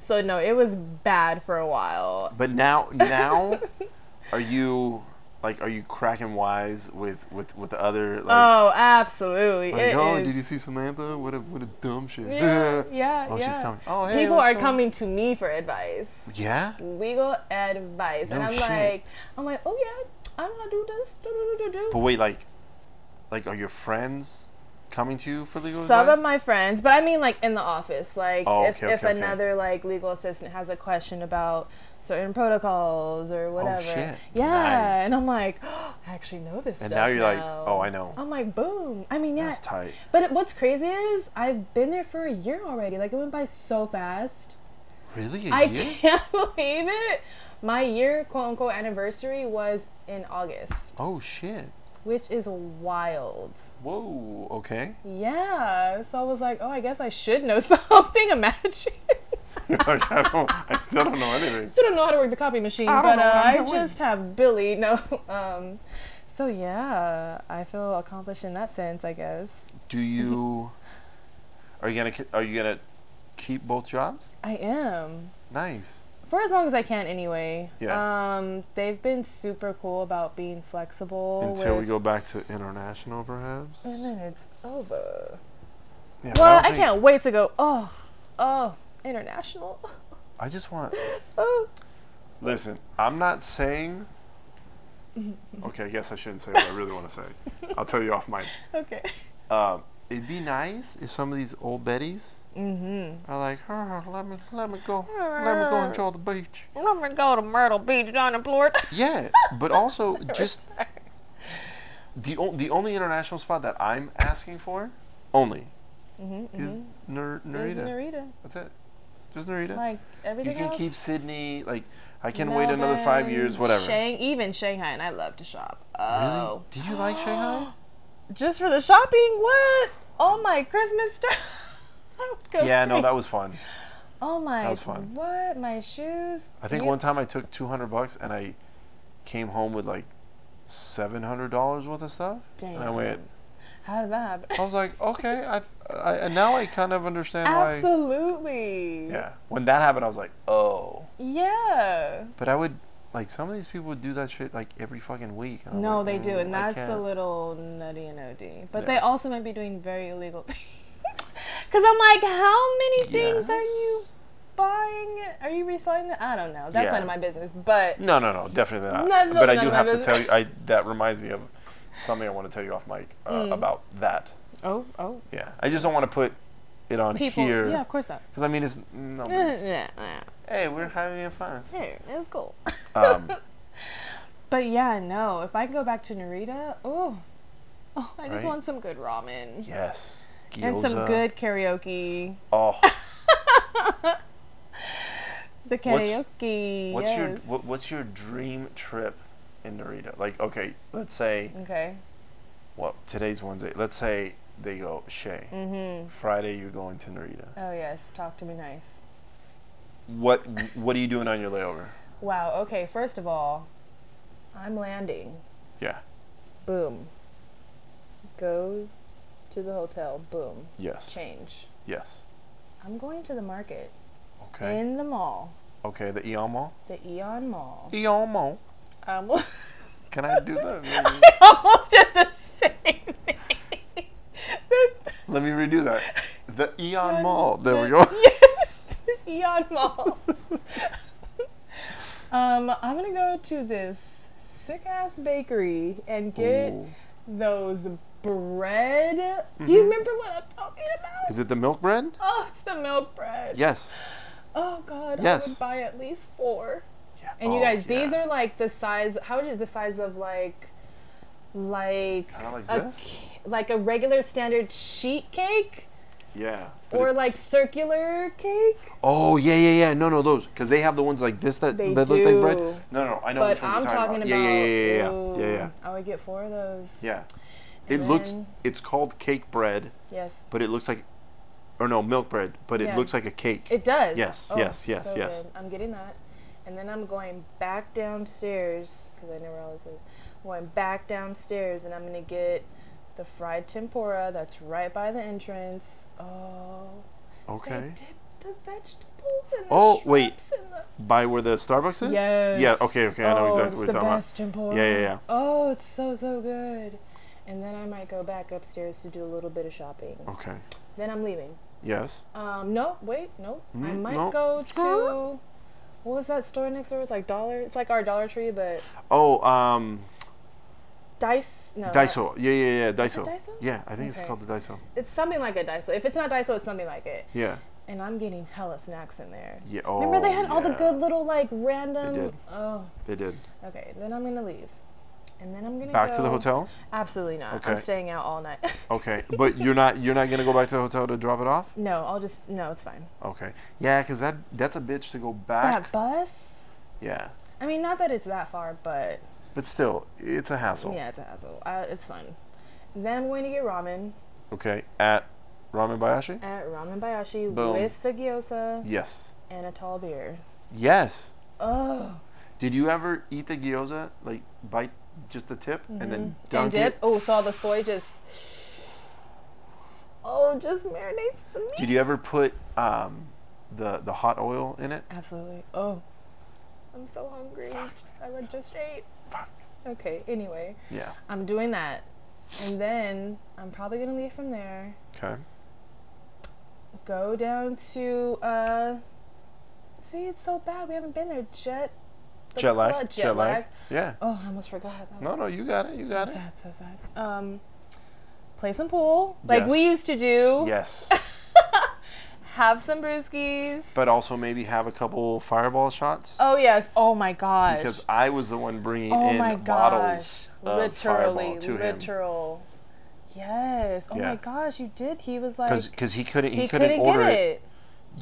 So, no, it was bad for a while.
But now, now, are you like, are you cracking wise with with with the other? Like,
Oh, absolutely.
like,
it
oh,
is.
did you see Samantha? What a what a dumb shit.
yeah, yeah.
oh,
yeah.
she's coming. Oh, hey.
People
what's
are
going-
coming to me for advice.
Yeah.
Legal advice. and
No
I'm
shit.
like, I'm like, oh, yeah, I'm gonna do this. Do, do, do, do,
But
do.
wait, like, like, are your friends coming to you for legal
Some
advice?
of my friends, but I mean, like in the office, like
Oh,
if,
okay,
if
okay, okay.
another like legal assistant has a question about certain protocols or whatever.
Oh, shit.
Yeah,
Nice.
and I'm like, I actually know this.
And
stuff
now you're like, oh, I know.
I'm like, boom. I mean, yeah.
That's tight.
but it- what's crazy is I've been there for a year already. Like it went by so fast.
Really? A
I
year?
can't believe it. My year, quote unquote, anniversary was in August,
Oh shit.
which is wild.
Whoa. Okay.
Yeah. So I was like, oh, I guess I should know something. Imagine.
I, don't, I still don't know anything.
Still don't know how to work the copy machine,
I don't
but
know what
uh, I
I'm doing.
just have Billy. No. Um, so yeah, I feel accomplished in that sense, I guess.
Do you? Are you gonna? ki- Are you gonna keep both jobs?
I am.
Nice.
For as long as I can, anyway.
Yeah.
Um, they've been super cool about being flexible.
Until we
with-
go back to international, perhaps.
And then it's over.
Yeah, but
Well,
don't
I
think-
can't wait to go. Oh, oh, international.
I just want.
Oh.
Listen, I'm not saying. Okay, I guess I shouldn't say what I really want to say. I'll tell you off mic.
Okay.
Um, it'd be nice if some of these old Bettys
Mm-hmm.
are like, "Huh, let me let me go, let me go enjoy the beach.
Let me go to Myrtle Beach, unemployed.
Yeah, but also just the o- the only international spot that I'm asking for only
Mm-hmm.
is Ner-
Narita.
Narita. That's it. Just Narita.
Like
you
everything
can
else.
keep Sydney. Like I can wait another five years,
Melbourne,
whatever.
Shang- even Shanghai, and I love to shop.
Really?
Oh.
Do you like Shanghai?
Just for the shopping? What? All my Christmas stuff.
yeah, no, that was fun.
Oh my.
was fun.
What? My shoes?
I think
You-
one time I took two hundred bucks and I came home with like seven hundred dollars worth of stuff, and I
Damn.
went. Oh
How did that happen?
I was like, okay, I, I and now I kind of understand why.
Absolutely.
Yeah. When that happened, I was like, oh.
Yeah.
But I would like some of these people would do that shit like every fucking week. and I'm
No,
like,
they do,
"Mm,
and
I
that's a
can't."
little nutty and OD. But
Yeah.
they also might be doing very illegal things. Because I'm like, how many things are you
Yes.
buying? Are you reselling it? I don't know. That's
Yeah.
none of my business. But
No, no, no, definitely not.
That's
but I
none
do
of my
have to
business.
tell you. I that reminds me of something I want to tell you off mic uh,
Mm.
about that.
oh, oh,
Yeah, I just don't want to put it on
people.
here
Yeah,
because
of course not.
I mean it's no. but it's-
Yeah, yeah.
hey, we're having fun.
Hey, it's cool.
Um,
But yeah, no. If I can go back to Narita, oh, oh, I
Right?
just want some good ramen
yes,
and some
gyoza.
good karaoke.
Oh,
The
What's-
karaoke.
what's your
yes.
what, what's your dream trip in Narita? Like, okay, let's say
Okay.
well today's Wednesday. Let's say they go Shay.
Mm-hmm.
Friday you're going to Narita.
Oh yes, talk to me nice.
What What are you doing on your layover?
Wow. Okay. First of all, I'm landing.
Yeah.
Boom. Go to the hotel. Boom.
Yes.
Change.
Yes.
I'm going to the market
Okay.
in the mall,
okay. The Eon Mall.
the Eon Mall.
Eon Mall.
I almost,
Can I do that? Let me-
I almost did the same thing. The-
Let me redo that. The Eon
the-
Mall. There we
the-
go.
Yes, the Eon Mall. um, I'm gonna go to this sick ass bakery and get.
Ooh.
those bread. Do you remember what I'm talking talking about?
Mm-hmm. Is it the milk bread?
Oh, it's the milk bread.
Yes.
Oh God, I
Yes.
would buy at least four.
Yeah.
And
Oh,
you guys,
yeah.
these are like the size. How would you the size of like, like
Kinda like
a
this?
ca- like a regular standard sheet cake
Yeah. but
or
it's-
like circular cake?
Oh yeah, yeah, yeah. No, no, those because they have the ones like this that
They
that look like bread.
do.
No, no, I know
But
which ones
I'm
you're
talking about.
Yeah, yeah, yeah, yeah, yeah,
ooh,
yeah, yeah.
I would get four of those.
yeah. It
And
looks.
then-
It's called cake bread,
Yes,
but it looks like, or no, milk bread, but it
Yeah.
looks like a cake.
it does. Oh,
Yes, yes, yes,
so
yes.
good. I'm getting that, and then I'm going back downstairs because I never always do. I'm going back downstairs, and I'm gonna get the fried tempura that's right by the entrance. Oh. They
okay.
dip the vegetables and the
Oh, wait.
shrimps and the-
By where the Starbucks is?
Yes.
Yeah. Okay. Okay. I know
oh,
exactly what
it's
you're
the
talking
best tempura.
Yeah, yeah, yeah.
Oh, it's so so good. And then I might go back upstairs to do a little bit of shopping.
about. Okay.
Then I'm leaving.
Yes.
Um, no, wait, no. I
Mm,
might
no.
go to what was that store next door? It's like Dollar. It's like our Dollar Tree, but
Oh, um,
Dice. No, not-
Daiso. Yeah, yeah, yeah. Daiso.
Oh, it Daiso?
Yeah, I think
Okay.
it's called the Daiso.
It's something like a Daiso. If it's not Daiso, it's something like it.
Yeah.
And I'm getting hella snacks in there.
Yeah. Oh.
Remember they had all the
yeah.
good little like random.
did.
Oh,
They did.
Okay, then I'm gonna leave. And then I'm gonna
Back to the
go-
hotel.
Absolutely not. I'm
Okay.
staying out all night.
Okay, but you're not you're not gonna go back to the hotel to drop it off.
no, I'll just no, it's fine.
Okay. Yeah, 'cause that that's a bitch to go back.
That bus.
Yeah.
I mean, not that it's that far, but
But still, it's a hassle.
yeah, it's a hassle. I, it's fun. Then I'm going to get ramen
Okay. At Ramen Bayashi?
at Ramen Bayashi
Boom.
with the gyoza
Yes.
and a tall beer.
Yes.
Oh,
Did you ever eat the gyoza like bite just the tip and then dunk
and dip.
it?
Oh, so all the soy just. Oh, just marinates the meat.
Did you ever put um, the the hot oil in it?
Absolutely. Oh, I'm so hungry. I like just ate.
Fuck.
Okay. Anyway.
Yeah.
I'm doing that. And then I'm probably going to leave from there,
Okay.
go down to, uh, see, it's so bad. We haven't been there. Jet, the
Jet lag.
club-
Jet, lag. Yeah.
Oh, I almost forgot. That
No,
was
no, you got it. You got
so
it.
sad, so sad. Um, play some pool, like we
Yes.
used to do.
Yes.
Have some brewskis.
But also maybe have a couple fireball shots.
oh, yes. Oh, my gosh.
because I was the one bringing
oh,
in
my
bottles
gosh.
of
Literally.
Fireball to him
literal. Yes. Oh,
Yeah.
my gosh. You did. He was like,
because he couldn't he,
he
couldn't, order
get
it.
it.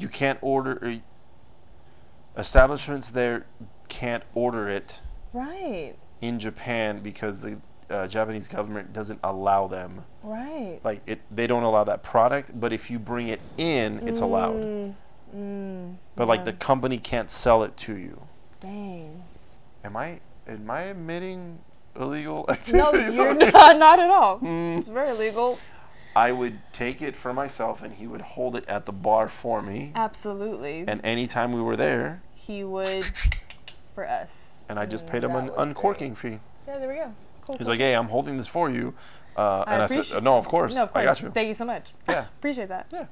You can't order or establishments there can't order it
Right,
in Japan because the uh, Japanese government doesn't allow them
right.
like it they don't allow that product. But if you bring it in, it's allowed.
Mm, mm,
But like the company can't sell it to you.
dang.
Am I am I admitting illegal
No,
activities?
you're
on
not, not at all.
Mm.
It's very legal.
I would take it for myself, and he would hold it at the bar for me.
Absolutely.
And anytime we were there,
he would for us.
and I just
Mm,
paid him
that
an
was
uncorking fee.
great. Yeah, there we go. Cool.
He's
cool.
like, "Hey, I'm holding this for you," uh,
I
and I said,
appreciate-
"No, of course,
no, of course.
I got you."
Thank you so much.
Yeah.
Appreciate that.
Yeah.
Um,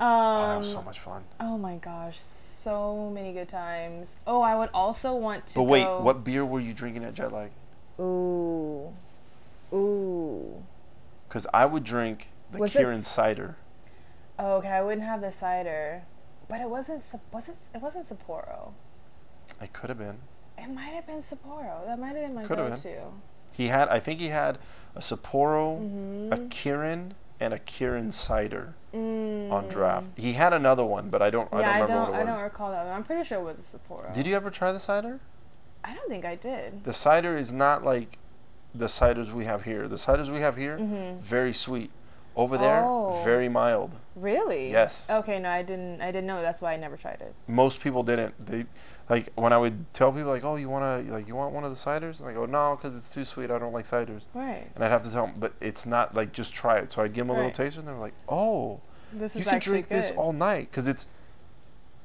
oh, that was so much fun.
oh my gosh, so many good times. Oh, I would also want to.
But wait,
go-
what beer were you drinking at Jet Lag?
Ooh, ooh.
Because I would drink the
Was it
Kirin
s-
cider.
Oh, okay, I wouldn't have the cider, but it wasn't. Sap- Was it? It wasn't Sapporo.
It could have been.
It might have been Sapporo. That might have been my
Could have been.
go-to.
He had, I think he had a Sapporo,
Mm-hmm.
a Kirin, and a Kirin cider
Mm.
on draft. He had another one, but I don't, I
yeah,
don't
I
remember
don't.
what
I
it was.
don't recall that. One. I'm pretty sure it was a Sapporo.
Did you ever try the cider?
I don't think I did.
The cider is not like the ciders we have here. The ciders we have here, very sweet. Over there,
Mm-hmm. Oh.
very mild.
Really?
Yes.
Okay, no, I didn't. I didn't know. That's why I never tried it.
Most people didn't. They like when I would tell people like, "Oh, you want to like you want one of the ciders?" And they go, "No, because it's too sweet. I don't like ciders."
Right.
And I'd have to tell them, but it's not like just try it. So I'd give them a little
Right.
taster, and they're like, "Oh,
This
you
is
can
actually
drink
good.
this all night because it's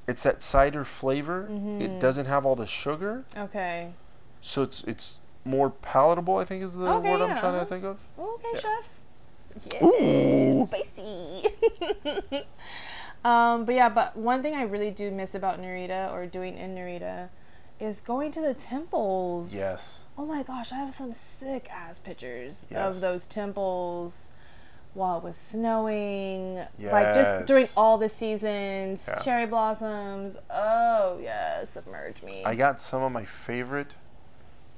it's that cider flavor.
Mm-hmm.
It doesn't have all the sugar,
okay.
so it's it's more palatable. I think is the
Okay,
word I'm
yeah,
trying
uh-huh.
to think of.
Okay,
Yeah.
chef. Yeah.
Ooh.
spicy. um, but yeah, but one thing I really do miss about Narita or doing in Narita is going to the temples.
Yes.
Oh my gosh, I have some sick ass pictures
Yes.
of those temples while it was snowing, like just during
Yes.
all the seasons,
Yeah.
cherry blossoms. Oh yeah, submerge me.
I got some of my favorite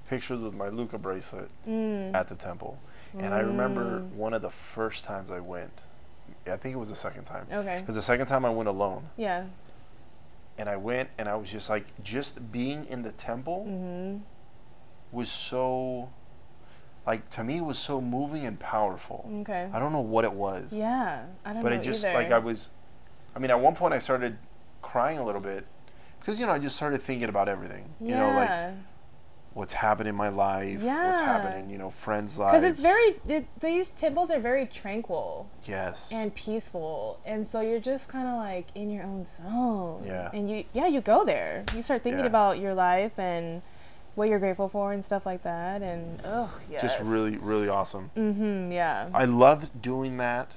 pictures with my Luca bracelet
Mm.
at the temple. And I remember one of the first times I went. I think it was the second time.
okay.
Because the second time I went alone.
Yeah.
And I went and I was just like, just being in the temple
Mm. mm-hmm,
was so, like, to me, it was so moving and powerful.
Okay.
I don't know what it was.
Yeah. I don't
But
know
it just,
either.
like, I was, I mean, at one point I started crying a little bit because, you know, I just started thinking about everything. You know, like,
Yeah.
what's happened in my life, what's
Yeah.
happening, you know, friends' lives.
Because it's very, it, these temples are very tranquil
yes,
and peaceful, and so you're just kind of like in your own zone.
Yeah.
And you, yeah, you go there. You start thinking
Yeah.
about your life and what you're grateful for and stuff like that, and oh, yes.
just really, really awesome.
Mm-hmm. Yeah.
I loved doing that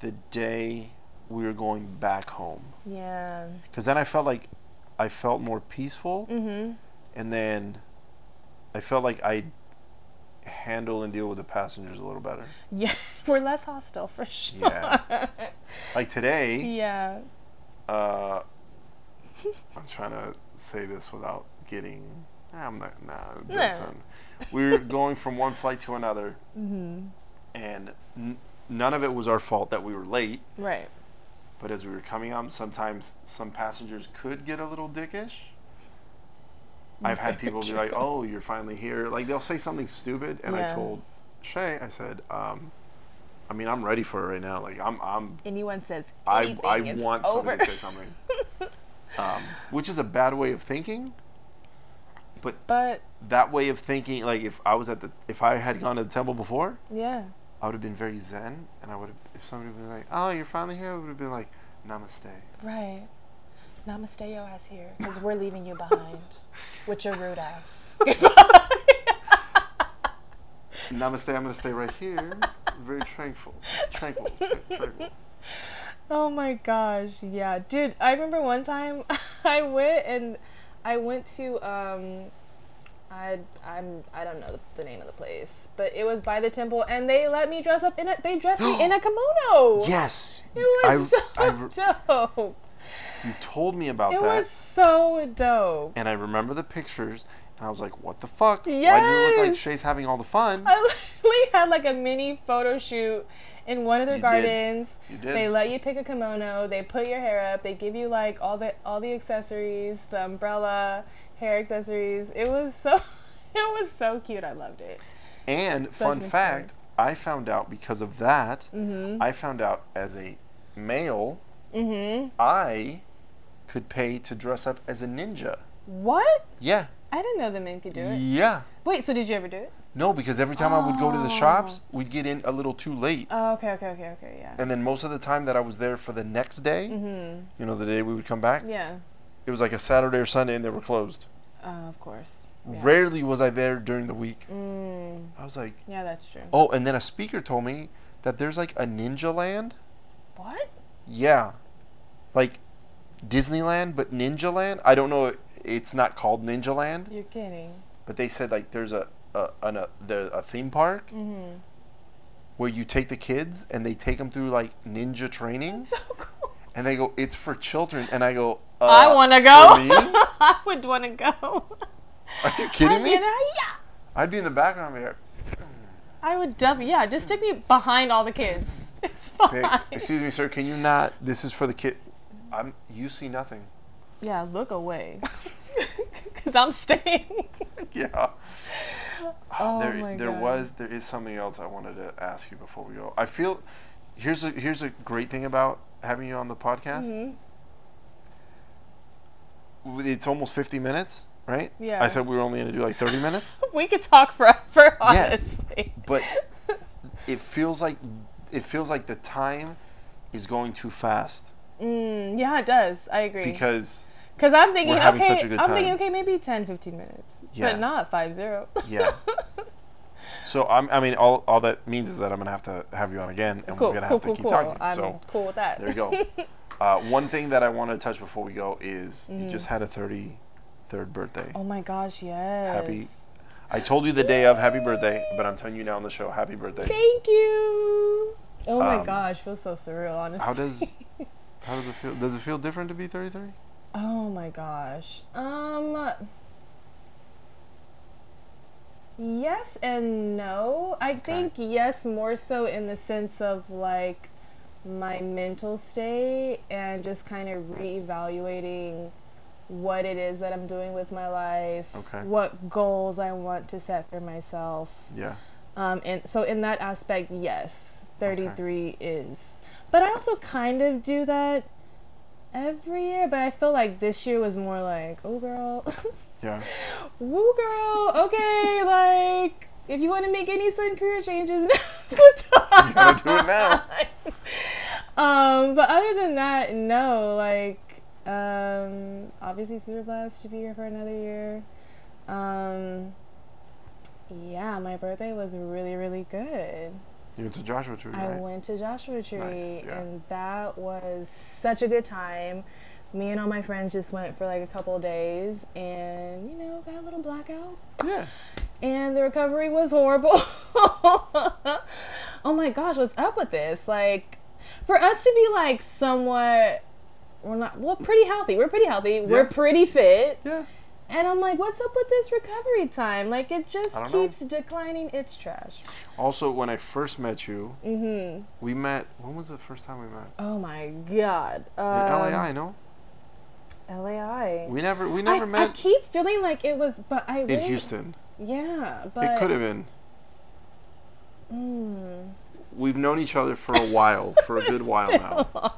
the day we were going back home
Yeah.
because then I felt like I felt more peaceful,
Mm-hmm.
and then I felt like I handle and deal with the passengers a little better.
Yeah. We're less hostile for sure.
Yeah. Like today,
yeah.
uh, I'm trying to say this without getting. Nah, I'm not. Nah, it doesn't
Nah.
sound- we were going from one flight to another, and n- none of it was our fault that we were late.
Right.
But as we were coming up, sometimes some passengers could get a little dickish. I've had people be like, "Oh, you're finally here!" Like they'll say something stupid, and I
Yeah.
told Shay, I said, um, "I mean, I'm ready for it right now. Like I'm, I'm
Anyone says
I,
anything,
I
it's
want
over.
somebody to say something. um, which is a bad way of thinking.
but
That way of thinking, like if I was at the, if I had gone to the temple before,
yeah.
I would have been very zen, and I would have, if somebody would been like, "Oh, you're finally here," I would have been like, "Namaste."
Right. Namaste your ass here, because we're leaving you behind with your rude ass.
Namaste. I'm gonna stay right here, very tranquil, tranquil, tran- tranquil.
oh my gosh, yeah. Dude, I remember one time I went and I went to um I I'm I don't know the, the name of the place, but it was by the temple and they let me dress up in it. They dressed me in a kimono.
Yes.
It was
I, I,
so dope.
you told me about
It
that,
was so dope.
and I remember the pictures, and I was like, "What the fuck? Why does it look like
Yes.
Shay's having all the fun?"
I literally had like a mini photo shoot in one of their
You did.
gardens.
You did.
They let you pick a kimono. They put your hair up. They give you like all the all the accessories, the umbrella, hair accessories. It was so it was so cute. I loved it.
And fun
an
fact, I found out because of that.
Mm-hmm.
I found out as a male,
Mm-hmm.
I could pay to dress up as a ninja.
What?
Yeah,
I didn't know the men could do it.
yeah.
Wait, so did you ever do it?
No, because every time I would go to the shops, we'd get in a little too late.
Oh, okay, okay, okay, okay, yeah.
And then most of the time that I was there for the next day,
Mm.
you know, the day we would come back,
Mm-hmm. Yeah.
it was like a Saturday or Sunday and they were closed.
Uh, of course. Yeah.
Rarely was I there during the week.
Mm,
I was like,
yeah, that's true.
oh, and then a speaker told me that there's like a ninja land
What?
Yeah. Like Disneyland, but Ninja Land. I don't know. It's not called Ninja Land,
You're kidding.
but they said like there's a a, an, a, there, a theme park
Mm-hmm.
where you take the kids and they take them through like ninja training,
So cool.
and they go, it's for children, and I go, uh,
I want to
for
go.
me?
I would want to go.
Are you kidding
I
me?
mean, I- yeah.
I'd be in the background here.
I would definitely. Yeah, just take me behind all the kids. It's
Hey,
fine.
excuse me, sir. Can you not? This is for the kid. I'm. You see nothing.
Yeah, look away. Because I'm staying.
yeah.
Oh
there,
my
there
God.
was, there is something else I wanted to ask you before we go. I feel here's a here's a great thing about having you on the podcast.
Mm-hmm.
W- It's almost fifty minutes, right?
Yeah.
I said we were only going to do like thirty minutes,
We could talk forever,
Yeah.
honestly.
but it feels like it feels like the time is going too fast
Mm, yeah, it does. I agree.
because
Because I'm thinking,
we're having
okay,
such a good
I'm thinking,
time.
okay, maybe 10, 15 minutes.
Yeah.
But not 5 0.
yeah. So I'm, I mean, all, all that means is that I'm gonna have to have you on again, and
cool,
we're gonna
cool,
have to
cool,
keep
cool.
talking.
I'm
so
cool with that.
There you go. uh, one thing that I want to touch before
Mm.
we go is you just had a 33rd birthday.
oh my gosh, yes.
Happy. I told you the day of happy birthday, but I'm telling you now on the show, happy birthday.
Thank you. Oh my
Um,
gosh, feels so surreal, honestly.
How does how does it feel? Does it feel different to be 33?
Oh my gosh. Um. Yes and no. I think yes, more so in the sense of like my mental state and just kind of reevaluating what it is that I'm doing with my life,
Okay.
what goals I want to set for myself.
Yeah.
Um, and so in that aspect, yes, 33 is. But I also kind of do that every year, but I feel like this year was more like, oh girl,
Yeah.
woo girl, okay, like if you want to make any sudden career changes, now's the time.
You gotta do it now.
Um, but other than that, no, like um, obviously super blessed to be here for another year. Um, yeah, my birthday was really, really good.
You went to Joshua Tree,
I
right?
went to Joshua Tree,
Nice, yeah.
and that was such a good time. Me and all my friends just went for like a couple of days, and you know, got a little blackout,
Yeah.
and the recovery was horrible. oh my gosh, what's up with this? Like, for us to be like somewhat, we're not well, pretty healthy. We're pretty healthy. We're
Yeah.
pretty fit.
Yeah.
And I'm like, what's up with this recovery time? Like, it just
I don't know.
keeps declining. It's trash.
Also, when I first met you,
Mm-hmm.
we met. When was the first time we met?
Oh my god. Um,
In LAI, no?
LAI.
We never. We
I,
never
I
met
keep feeling like it was, but I
in
really-
Houston.
Yeah, but
It could have been.
Mm,
We've known each other for a while, for a good while now.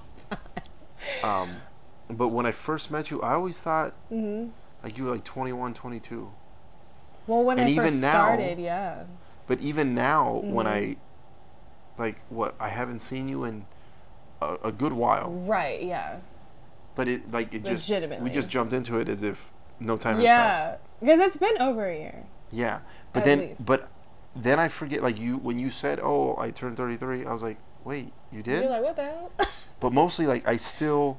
Um, but when I first met you, I always thought
hmm
like you were like 21, 22.
Well, when
And
I
even
first
now-
started, yeah.
But even now, when I,
Mhm.
like, what I haven't seen you in a, a good while.
Right, yeah,
But it like it just we
Legitimately.
just jumped into it as if no time has passed.
yeah. Because it's been over a year.
Yeah, but
At
then
least.
but then I forget like you when you said oh I turned 33 I was like wait you did
You're like, what the hell?
but mostly like I still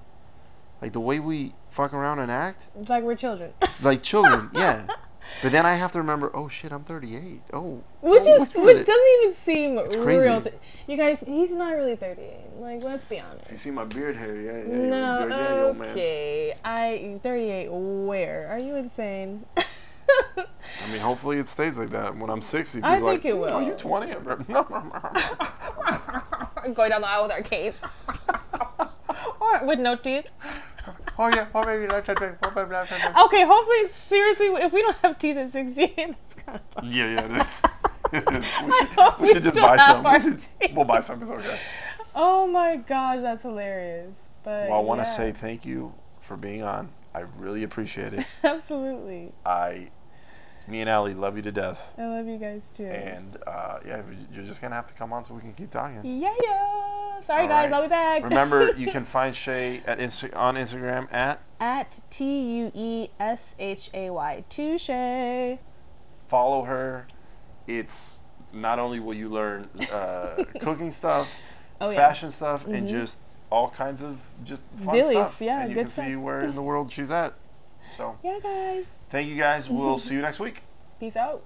like the way we fuck around and act
it's like we're children,
like oh, children yeah but then I have to remember oh shit I'm 38 oh
which
oh, wait a
is which
minute.
doesn't even seem
crazy.
real. To, you guys, he's not really 38. Like, let's be honest.
you see my beard hair yeah yeah you're-
No,
you're- yeah, yo, man.
okay. I 38. Where are you insane?
I mean hopefully it stays like that when I'm 60 people
I
are like
think it
"Mm, are
will."
you 20 I'm like, "No, no, no, no."
Going down the aisle with our cage. or with no teeth.
oh yeah oh baby left hand right, oh, baby, left hand right.
Okay, hopefully, seriously, if we don't have teeth at 16, that's kind of funny.
yeah yeah it is we
I
should,
hope
we should just
still
buy
have
some
our
we should,
teeth.
we'll buy some it's okay
Oh my gosh, that's hilarious. But
Well, I want to
yeah,
say thank you for being on. I really appreciate it.
absolutely.
I, me and Allie love you to death,
I love you guys too.
and uh, yeah, you're just gonna have to come on so we can keep talking.
yeah, yeah. Sorry,
All
guys,
right.
I'll be back.
Remember, you can find Shay at Insta- on Instagram at
at T U E S H A Y. Touche. Oh,
follow her. It's not only will you learn uh, cooking stuff,
Oh, yeah. Mm-hmm.
fashion stuff, and just all kinds of just fun
Dillies,
stuff.
yeah,
and you
good
can see
stuff.
where in the world she's at. So
Yeah, guys.
thank you guys. We'll see you next week.
Peace out.